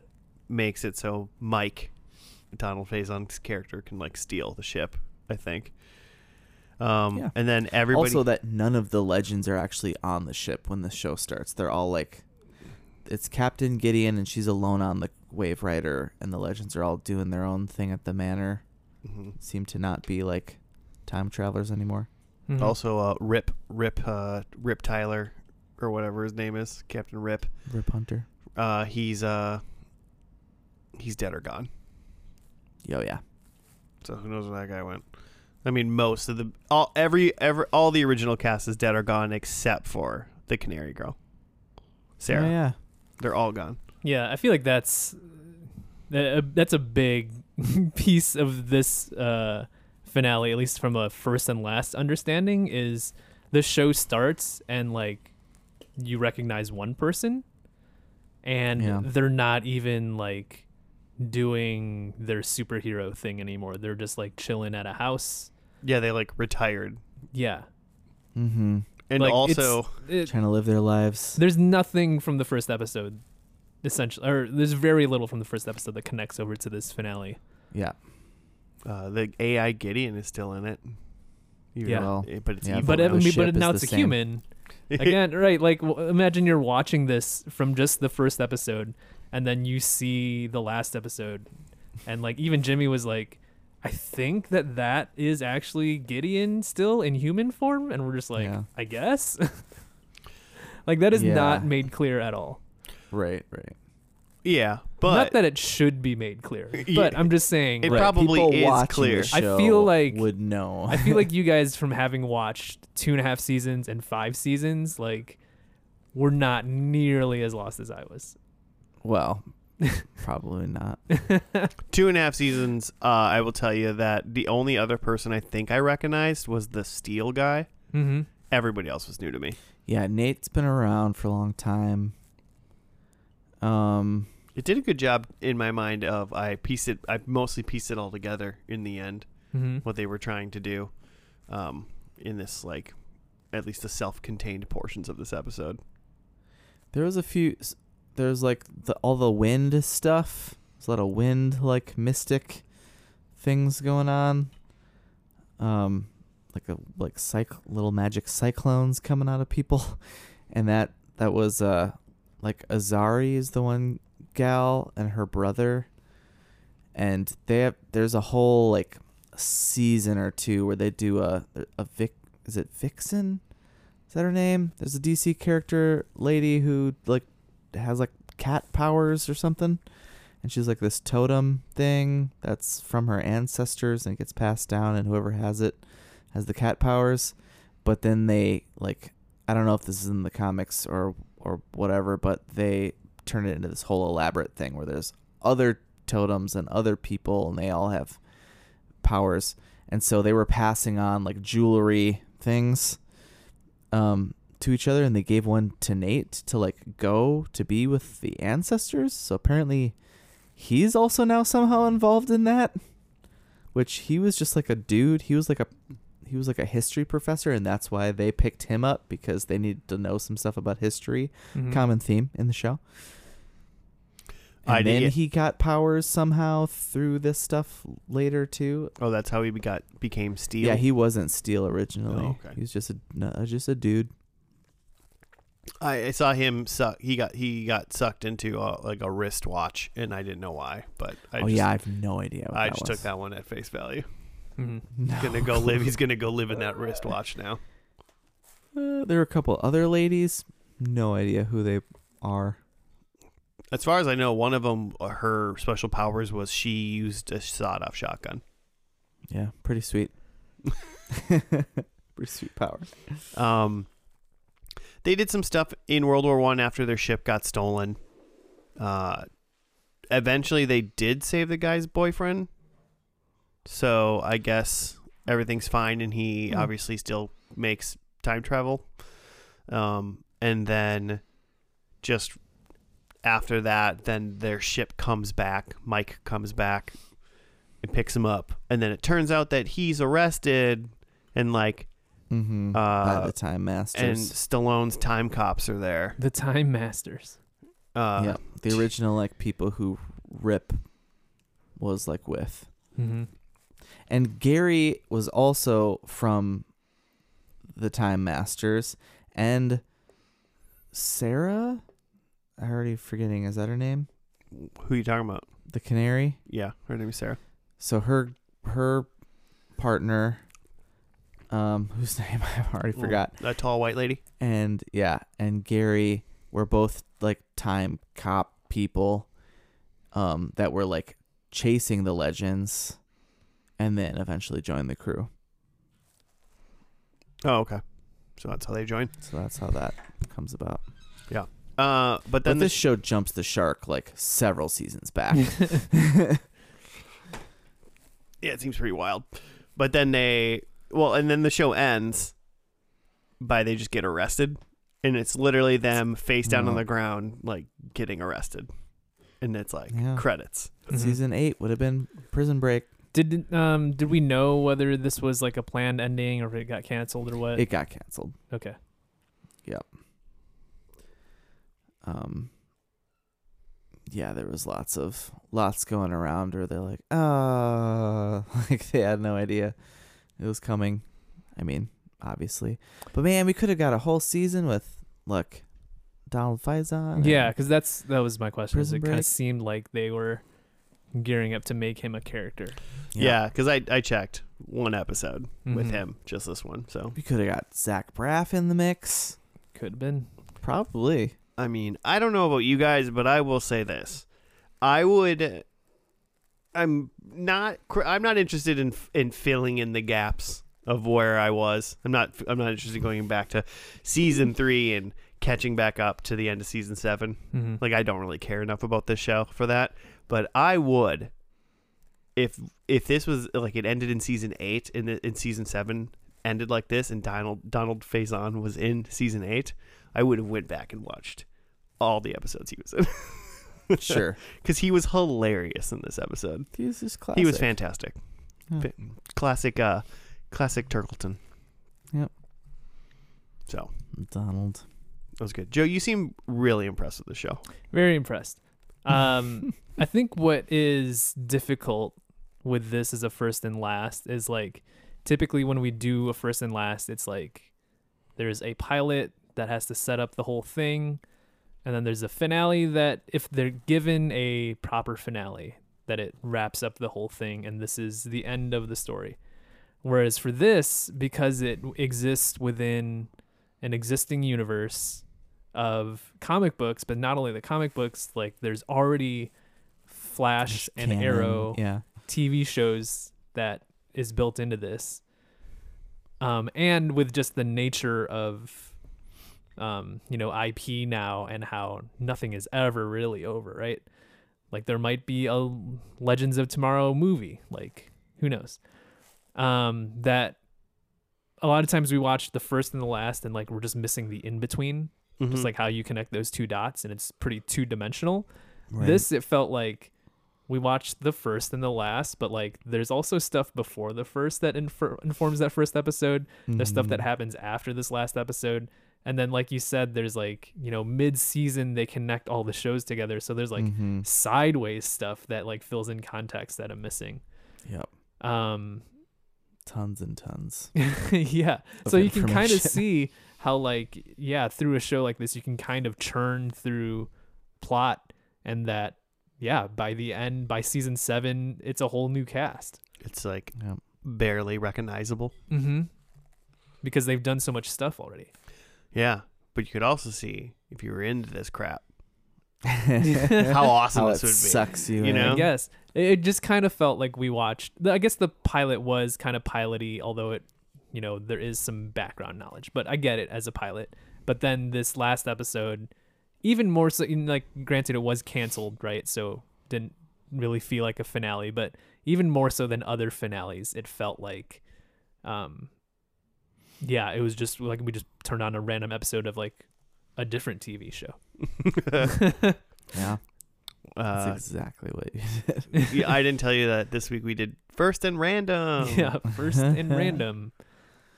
S1: makes it so Mike, Donald Faison's character, can like steal the ship. I think. Um,
S2: Yeah.
S1: and then everybody.
S2: Also, that none of the legends are actually on the ship when the show starts. They're all like, it's Captain Gideon, and she's alone on the Wave Rider, and the legends are all doing their own thing at the manor.
S1: Mhm.
S2: Seem to not be like time travelers anymore.
S3: Mhm.
S1: Also, uh, Rip, Rip, uh, Rip Tyler, or whatever his name is, Captain Rip.
S2: Rip Hunter.
S1: Uh, he's uh, he's dead or gone.
S2: Yo, yeah.
S1: So who knows where that guy went? I mean, most of the all every ever all the original cast is dead or gone except for the Canary Girl, Sarah.
S2: Oh, yeah.
S1: They're all gone.
S3: Yeah, I feel like that's that- uh, that's a big piece of this uh, finale, at least from a first and last understanding. Is the show starts and like you recognize one person, and
S2: Yeah.
S3: they're not even like doing their superhero thing anymore. They're just like chilling at a house.
S1: Yeah, they like retired,
S3: Yeah,
S2: Mm-hmm.
S1: and
S3: Like,
S1: also
S3: it,
S2: Trying to live their lives.
S3: there's nothing from the first episode, essentially, or there's very little from the first episode that connects over to this finale.
S2: Yeah.
S1: uh, the AI Gideon is still in it. Even
S3: Yeah.
S1: though- but it's
S2: Yeah,
S1: evil
S3: but I
S1: now.
S2: every-
S3: mean,
S2: ship
S3: but
S2: is
S3: now
S2: the
S3: it's a
S2: same.
S3: human again, right? Like, w- imagine you're watching this from just the first episode, and then you see the last episode, and like even Jimmy was like, "I think that that is actually Gideon still in human form," and we're just like,
S2: Yeah.
S3: "I guess." like that is not
S2: Yeah.
S3: made clear at all.
S2: Right. Right.
S1: yeah, but
S3: not that it should be made clear,
S1: Yeah.
S3: but I'm just saying.
S1: It
S2: right.
S1: probably
S2: People
S1: is
S2: watching the
S1: clear.
S3: I
S2: show
S3: feel like-
S2: would know.
S3: I feel like you guys, from having watched two and a half seasons and five seasons, like were not nearly as lost as I was.
S2: well, probably not.
S3: Mm-hmm.
S1: two and a half seasons. Uh, I will tell you that the only other person I think I recognized was the Steel guy.
S3: Mm-hmm.
S1: Everybody else was new to me.
S2: Yeah, Nate's been around for a long time. Um,
S1: It did a good job in my mind of I pieced it. I mostly pieced it all together in the end.
S3: Mm-hmm.
S1: What they were trying to do, um, in this like, at least the self-contained portions of this episode.
S2: there was a few. s- There's like the all the wind stuff. There's a lot of wind, like mystic things going on. Um, like a like cyc little magic cyclones coming out of people, and that that was uh like Azari is the one gal and her brother, and they have there's a whole like season or two where they do a a Vic is it Vixen is that her name? There's a DC character lady who like has like cat powers or something, and she's like this totem thing that's from her ancestors and it gets passed down, and whoever has it has the cat powers. But then they like I don't know if this is in the comics or or whatever, but they turn it into this whole elaborate thing where there's other totems and other people, and they all have powers, and so they were passing on like jewelry things um, to each other, and they gave one to Nate to like go to be with the ancestors. So apparently, he's also now somehow involved in that. Which he was just like a dude. He was like a he was like a history professor, and that's why they picked him up because they needed to know some stuff about history.
S1: Hmm.
S3: Mm-hmm.
S2: Common theme in the show. And
S1: I did-
S2: then he got powers somehow through this stuff later too.
S1: Oh, that's how he be- got became Steel.
S2: Yeah, he wasn't Steel originally.
S1: Oh, okay.
S2: He was just a no, just a dude.
S1: I, I saw him suck. He got he got sucked into uh like a wristwatch, and I didn't know why. But I
S2: oh
S1: just,
S2: yeah, I have no idea. What
S1: I
S2: that
S1: just
S2: was.
S1: took that one at face value.
S3: Mm-hmm.
S2: No.
S1: Gonna go live. He's gonna go live in that wristwatch now.
S2: Uh, there were a couple other ladies. No idea who they are.
S1: As far as I know, one of them, her special powers was she used a sawed-off shotgun.
S2: Yeah, pretty sweet. pretty sweet power.
S1: Um, they did some stuff in World War One after their ship got stolen. Uh, eventually, they did save the guy's boyfriend. So I guess everything's fine, and he
S2: Hmm.
S1: obviously still makes time travel. Um, and then just after that, then their ship comes back. Mike comes back, and picks him up, and then it turns out that he's arrested, and like
S2: Mm-hmm. By
S1: uh,
S2: the time
S1: and
S2: masters.
S1: Stallone's time cops are there.
S3: The Time Masters.
S1: Uh,
S2: yeah, the original like people who Rip was like with,
S3: Mm-hmm.
S2: and Gary was also from the Time Masters, and Sarah. I already forgetting is that her name?
S1: Who are you talking about?
S2: The Canary.
S1: Yeah, her name is Sarah.
S2: So her her partner, um, whose name I've already forgot,
S1: That tall white lady.
S2: and yeah, and Gary were both like time cop people um that were like chasing the legends and then eventually joined the crew.
S1: Oh, okay. So that's how they join.
S2: So that's how that comes about.
S1: Uh, but
S2: But
S1: then
S2: this show jumps the shark like several seasons back.
S1: yeah, it seems pretty wild. But then they well, and then the show ends by they just get arrested, and it's literally them face down on
S2: No.
S1: the ground, like getting arrested, and it's like
S2: Yeah.
S1: credits.
S2: Season 8 would have been Prison Break.
S3: Mm-hmm. Did um did we know whether this was like a planned ending or if it got canceled or what?
S2: It got canceled.
S3: okay.
S2: um yeah there was lots of lots going around or they're like uh like they had no idea it was coming i mean obviously but man we could have got a whole season with look donald faison and-
S3: Yeah, because that's that was my question. Is
S2: Prison
S3: it kind
S2: Break.
S3: of seemed like they were gearing up to make him a character
S1: Yeah, because I I checked one episode with
S2: Mm-hmm.
S3: Mhm.
S1: him, just this one. So
S2: we could have got zach braff in the mix
S3: Could have been.
S2: probably
S1: I mean, I don't know about you guys, but I will say this: I would. I'm not. cr- I'm not interested in in filling in the gaps of where I was. I'm not. I'm not interested in going back to season three and catching back up to the end of season seven.
S3: Mm-hmm.
S1: Like I don't really care enough about this show for that. But I would, if if this was like it ended in season eight and the, in season seven ended like this, and Donald Donald Faison was in season eight, I would have went back and watched all the episodes he was in
S2: sure
S1: because he was hilarious in this episode.
S2: he was just classic Hmm.
S1: He was fantastic.
S2: Yeah.
S1: Fa- Classic, uh, classic Turkleton.
S2: Yep.
S1: So
S2: donald
S1: that was good. Joe, you seem really impressed with the show.
S3: Very impressed. Um, I think what is difficult with this as a first and last is like typically when we do a first and last, it's like there's a pilot that has to set up the whole thing, and then there's a finale that if they're given a proper finale, that it wraps up the whole thing, and this is the end of the story. Whereas for this, because it exists within an existing universe, of comic books, but not only the comic books, like there's already Flash and
S2: Cannon,
S3: Arrow
S2: yeah
S3: TV shows that is built into this. Um, and with just the nature of um, you know, IP now and how nothing is ever really over, right? Like there might be a Legends of Tomorrow movie, like who knows. Um, that a lot of times we watch the first and the last and like we're just missing the in between
S1: Mhm.
S3: just like how you connect those two dots and it's pretty two dimensional.
S2: Right.
S3: This it felt like we watched the first and the last, but like there's also stuff before the first that infer- informs that first episode. There's stuff that
S2: Mhm.
S3: happens after this last episode. And then like you said there's like, you know, mid-season they connect all the shows together. So there's like
S2: Mhm.
S3: sideways stuff that like fills in context that I'm missing.
S2: yep
S3: Um
S2: tons and tons
S3: yeah.
S2: of
S3: So you can kind
S2: information.
S3: of see how, like, yeah, through a show like this, you can kind of churn through plot, and that, yeah, by the end, by season seven, it's a whole new cast.
S1: It's like
S2: Yep.
S1: barely recognizable.
S3: Mm-hmm. Because they've done so much stuff already.
S1: Yeah, but you could also see if you were into this crap how awesome
S2: how it
S1: this would be.
S2: sucks you,
S1: you
S2: in.
S1: know?
S3: I
S1: Yeah.
S3: guess it, it just kind of felt like we watched. the- I guess the pilot was kind of piloty, although it, you know, there is some background knowledge. But I get it as a pilot. But then this last episode, even more so. in, Like, granted, it was canceled, right? So didn't really feel like a finale. But even more so than other finales, it felt like, um, yeah, it was just like we just turned on a random episode of like a different TV show.
S2: Yeah. That's
S1: Uh,
S2: exactly what you did.
S1: yeah, I didn't tell you that this week we did first and random.
S3: yeah, first and random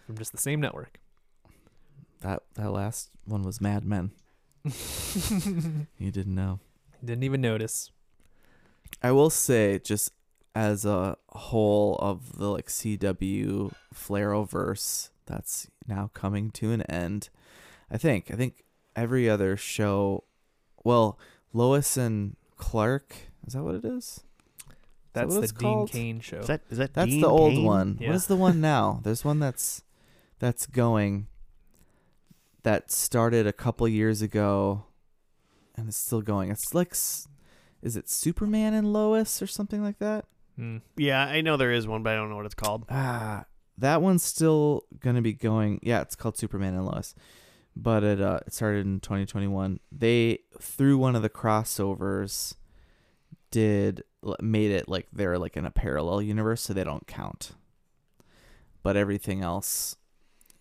S3: from just the same network.
S2: That that last one was Mad Men.
S3: Didn't
S2: You didn't know.
S3: even notice.
S2: I will say, just as a whole of the like CW Flareoverse that's now coming to an end. I think. I think every other show. Well, Lois and Clark. Is that what it is?
S3: That's
S2: what
S3: the
S2: it's
S3: Dean
S2: called?
S3: Kane show.
S1: Is that is that
S2: That's
S1: Dean
S2: the old
S1: Cain?
S2: one.
S3: Yeah.
S2: What is the one now? There's one that's that's going that started a couple years ago and it's still going. It's like s- is it Superman and Lois or something like that?
S3: Mm.
S1: Yeah, I know there is one, but I don't know what it's called.
S2: Ah, that one's still gonna be going. Yeah, it's called Superman and Lois, but it uh it started in 2021. They through one of the crossovers, did l- made it like they're like in a parallel universe, so they don't count. But everything else,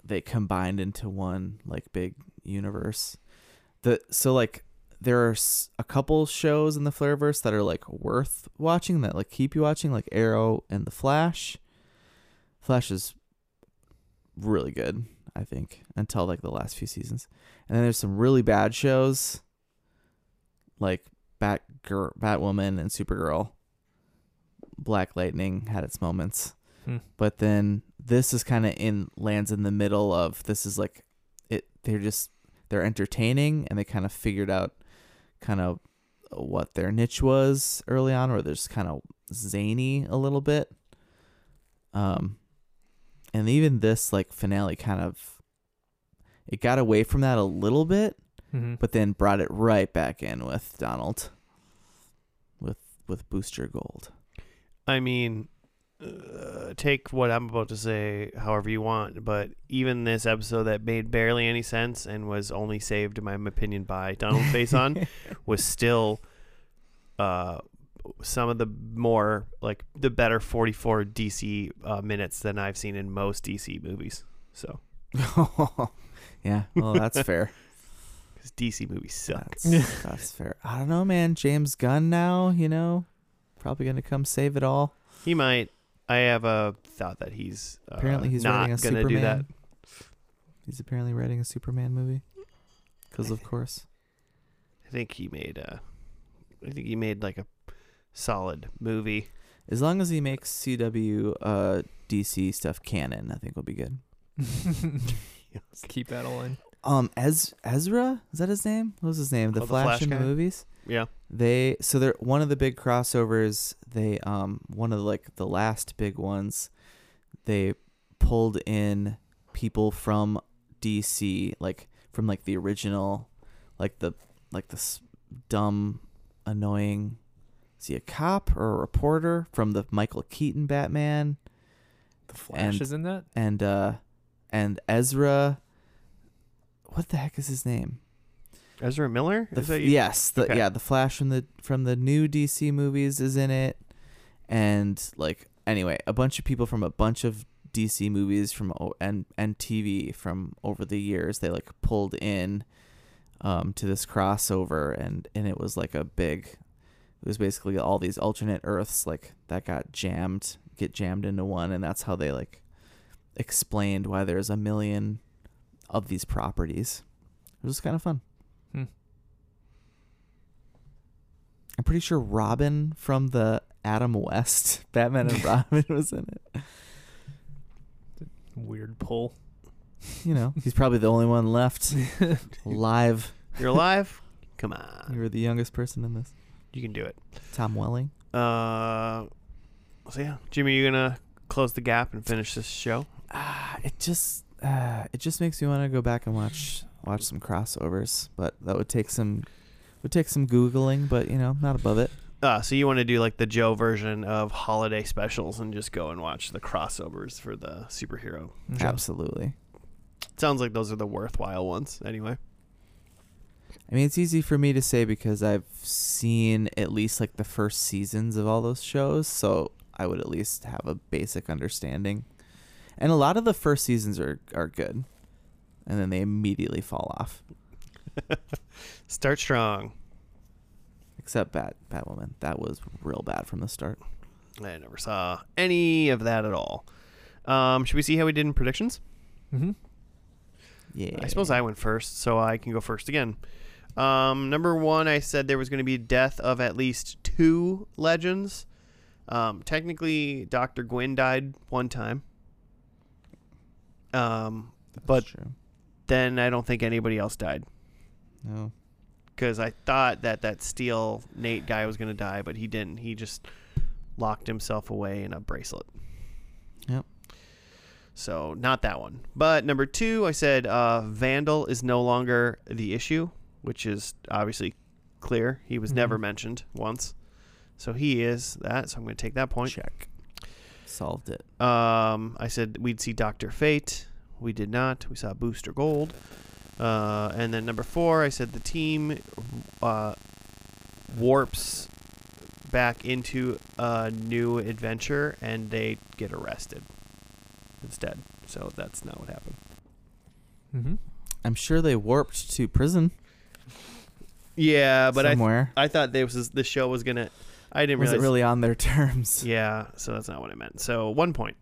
S2: they combined into one like big universe. The so like there are s- a couple shows in the Flareverse that are like worth watching that like keep you watching like Arrow and The Flash. Flash is really good, I think, until like the last few seasons. And then there's some really bad shows like Batgirl, Batwoman and Supergirl. Black Lightning had its moments.
S3: Hmm.
S2: But then this is kind of in lands in the middle of this is like it they're just they're entertaining and they kind of figured out kind of what their niche was early on where they're just kind of zany a little bit um and even this like finale kind of it got away from that a little bit
S3: Mhm.
S2: but then brought it right back in with donald with with booster gold
S1: I mean, uh, take what I'm about to say however you want, but even this episode that made barely any sense and was only saved, in my opinion, by Donald Faison was still uh, some of the more, like, the better 44 DC uh, minutes than I've seen in most DC movies. So,
S2: yeah well that's fair
S1: because DC movies suck.
S2: that's, that's fair i don't know man james gunn now you know probably gonna come save it all
S1: He might. I have a thought that he's uh,
S2: apparently he's
S1: not
S2: writing a
S1: gonna
S2: superman
S1: do that.
S2: he's apparently writing a superman movie because of course
S1: I think he made uh I think he made like a solid movie.
S2: As long as he makes CW uh, DC stuff canon, I think we'll be good.
S3: Keep that all in.
S2: Um, Ez- Ezra is that his name? What was his name? The
S1: Oh, the
S2: Flash
S1: Flash
S2: in the
S1: guy?
S2: movies.
S1: Yeah.
S2: They so they're one of the big crossovers. They um one of like the last big ones. They pulled in people from DC, like from like the original, like the like this dumb, annoying. Is he a cop or a reporter from the Michael Keaton Batman?
S3: The Flash
S2: And-
S3: is in that.
S2: and uh and Ezra what the heck is his name?
S1: Ezra Miller?
S2: The
S1: Is
S2: f-
S1: that you?
S2: yes, the
S1: Okay.
S2: yeah, the Flash from the from the new DC movies is in it and like anyway, a bunch of people from a bunch of DC movies from o- and and TV from over the years they like pulled in um to this crossover and and it was like a big it was basically all these alternate earths like that got jammed get jammed into one and that's how they like explained why there's a million of these properties it was kind of fun
S3: Hmm.
S2: i'm pretty sure robin from the adam west batman and robin was in it
S3: Weird pull.
S2: you know he's probably the only one left live
S1: You're alive? Come
S2: you
S1: on.
S2: were the youngest person in this
S1: You can do it.
S2: tom welling
S1: Uh so yeah. Jimmy, you gonna close the gap and finish this show?
S2: Ah, it just uh, it just makes me want to go back and watch watch some crossovers, but that would take some would take some googling, but you know, not above it.
S1: Uh so you wanna do like the Joe version of holiday specials and just go and watch the crossovers for the superhero.
S3: Mm-hmm.
S2: Absolutely.
S1: Sounds like those are the worthwhile ones anyway.
S2: I mean, it's easy for me to say because I've seen at least like the first seasons of all those shows, so I would at least have a basic understanding. And a lot of the first seasons are are good, and then they immediately fall off.
S1: Start strong.
S2: Except Bat Batwoman. That was real bad from the start.
S1: I never saw any of that at all. Um, should we see how we did in predictions?
S3: Mm-hmm.
S2: Yeah.
S1: I suppose I went first, so I can go first again. Um, number one, I said there was going to be death of at least two legends. Um, technically, Doctor Gwyn died one time. Um,
S2: That's
S1: but-
S2: true.
S1: then I don't think anybody else died
S2: No.
S1: because I thought that that Steel Nate guy was going to die, but he didn't. He just locked himself away in a bracelet.
S2: Yep.
S1: So not that one. But number two, I said uh, Vandal is no longer the issue, which is obviously clear. He was never
S3: Mhm.
S1: mentioned once, so he is that. So I'm going to take that point.
S2: Check. Solved it.
S1: Um, I said we'd see Doctor Fate. We did not. We saw Booster Gold. Uh, and then number four, I said the team uh, warps back into a new adventure and they get arrested instead. So that's not what happened.
S3: Mm-hmm.
S2: I'm sure they warped to prison
S1: Yeah, but I
S2: somewhere.
S1: I thought this was the show was gonna. I didn't
S2: was
S1: realize.
S2: it really on their terms?
S1: Yeah, so that's not what I meant. So one point.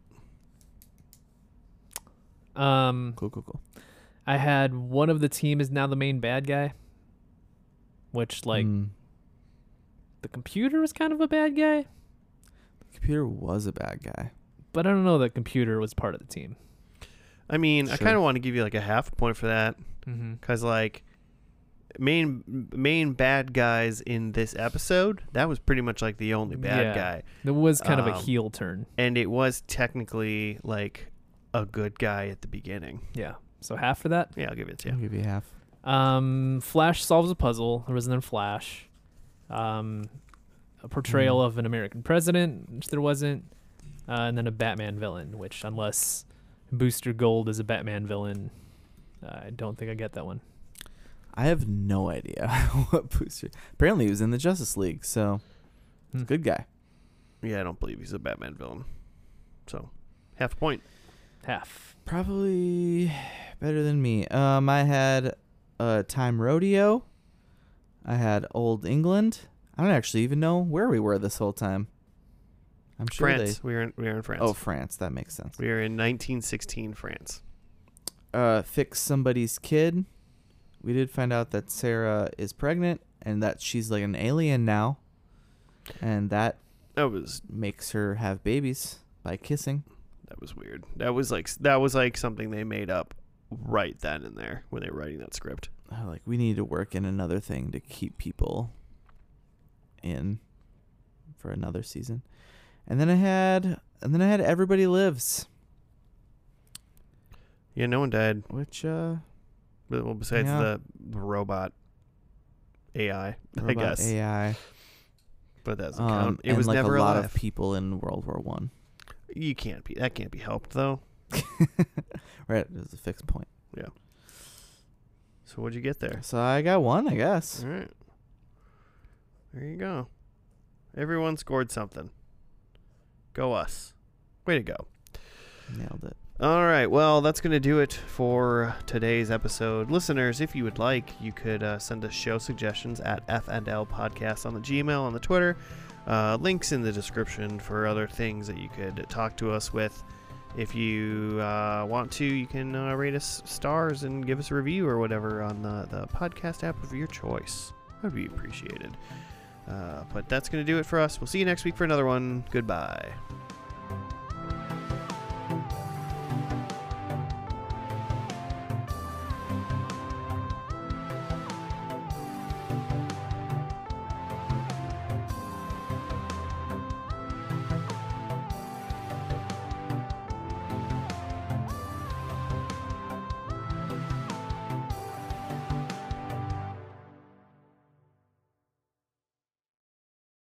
S3: Um,
S2: Cool, cool, cool.
S3: I had one of the team is now the main bad guy, which like
S2: Hmm.
S3: the computer was kind of a bad guy,
S2: computer was a bad guy.
S3: but I don't know that computer was part of the team.
S1: I mean, I
S2: Sure.
S1: kind of want to give you like a half point for that.
S3: Mm-hmm.
S1: Cause like main main bad guys in this episode, that was pretty much like the only bad
S3: Yeah.
S1: guy,
S3: There was kind of a
S1: Um,
S3: heel turn.
S1: and it was technically like a good guy at the beginning.
S3: Yeah. So half for that.
S1: Yeah, I'll give it to
S2: I'll
S1: you.
S2: give you half.
S3: Um, Flash solves a puzzle. There was no Flash. Um, a portrayal of an American president, which there wasn't, uh, and then a Batman villain, which unless Booster Gold is a Batman villain, I don't think I get that one.
S2: I have no idea what Booster. Apparently, he was in the Justice League, so
S3: Hmm.
S2: good guy. Mm-hmm.
S1: Yeah, I don't believe he's a Batman villain, so half a point.
S3: Half.
S2: Probably better than me. Um, I had uh, time rodeo. I had old England. I don't actually even know where we were this whole time. I'm sure
S1: France, we were in, we were in
S2: they.
S1: France.
S2: Oh, France. That makes sense.
S1: we were in 1916 France.
S2: Uh, fix somebody's kid. We did find out that Sarah is pregnant and that she's like an alien now, and that
S1: That was
S2: makes her have babies by kissing.
S1: that was weird. That was like that was like something they made up right then and there when they were writing that script.
S2: Uh, like we need to work in another thing to keep people in for another season. And then I had and then I had Everybody Lives,
S1: Yeah, no one died.
S2: which uh
S1: But- Well, besides
S2: Yeah.
S1: the the robot AI, I
S2: robot
S1: guess,
S2: AI.
S1: but that doesn't
S2: Um,
S1: count. It
S2: and
S1: was
S2: like
S1: never
S2: a lot
S1: alive.
S2: of people in World War One.
S1: you can't be. That can't be helped though.
S2: right, it was a fixed point.
S1: So what'd you get there?
S2: So I got one, I guess.
S1: All right, there you go. Everyone scored something. Go us. Way to go.
S2: Nailed it.
S1: All right, well, that's going to do it for today's episode. Listeners, if you would like, you could uh, send us show suggestions at FNL Podcast on the Gmail, on the Twitter. Uh, links in the description for other things that you could talk to us with. If you uh, want to, you can uh, rate us stars and give us a review or whatever on the, the podcast app of your choice. That would be appreciated. Uh, but that's going to do it for us. We'll see you next week for another one. Goodbye.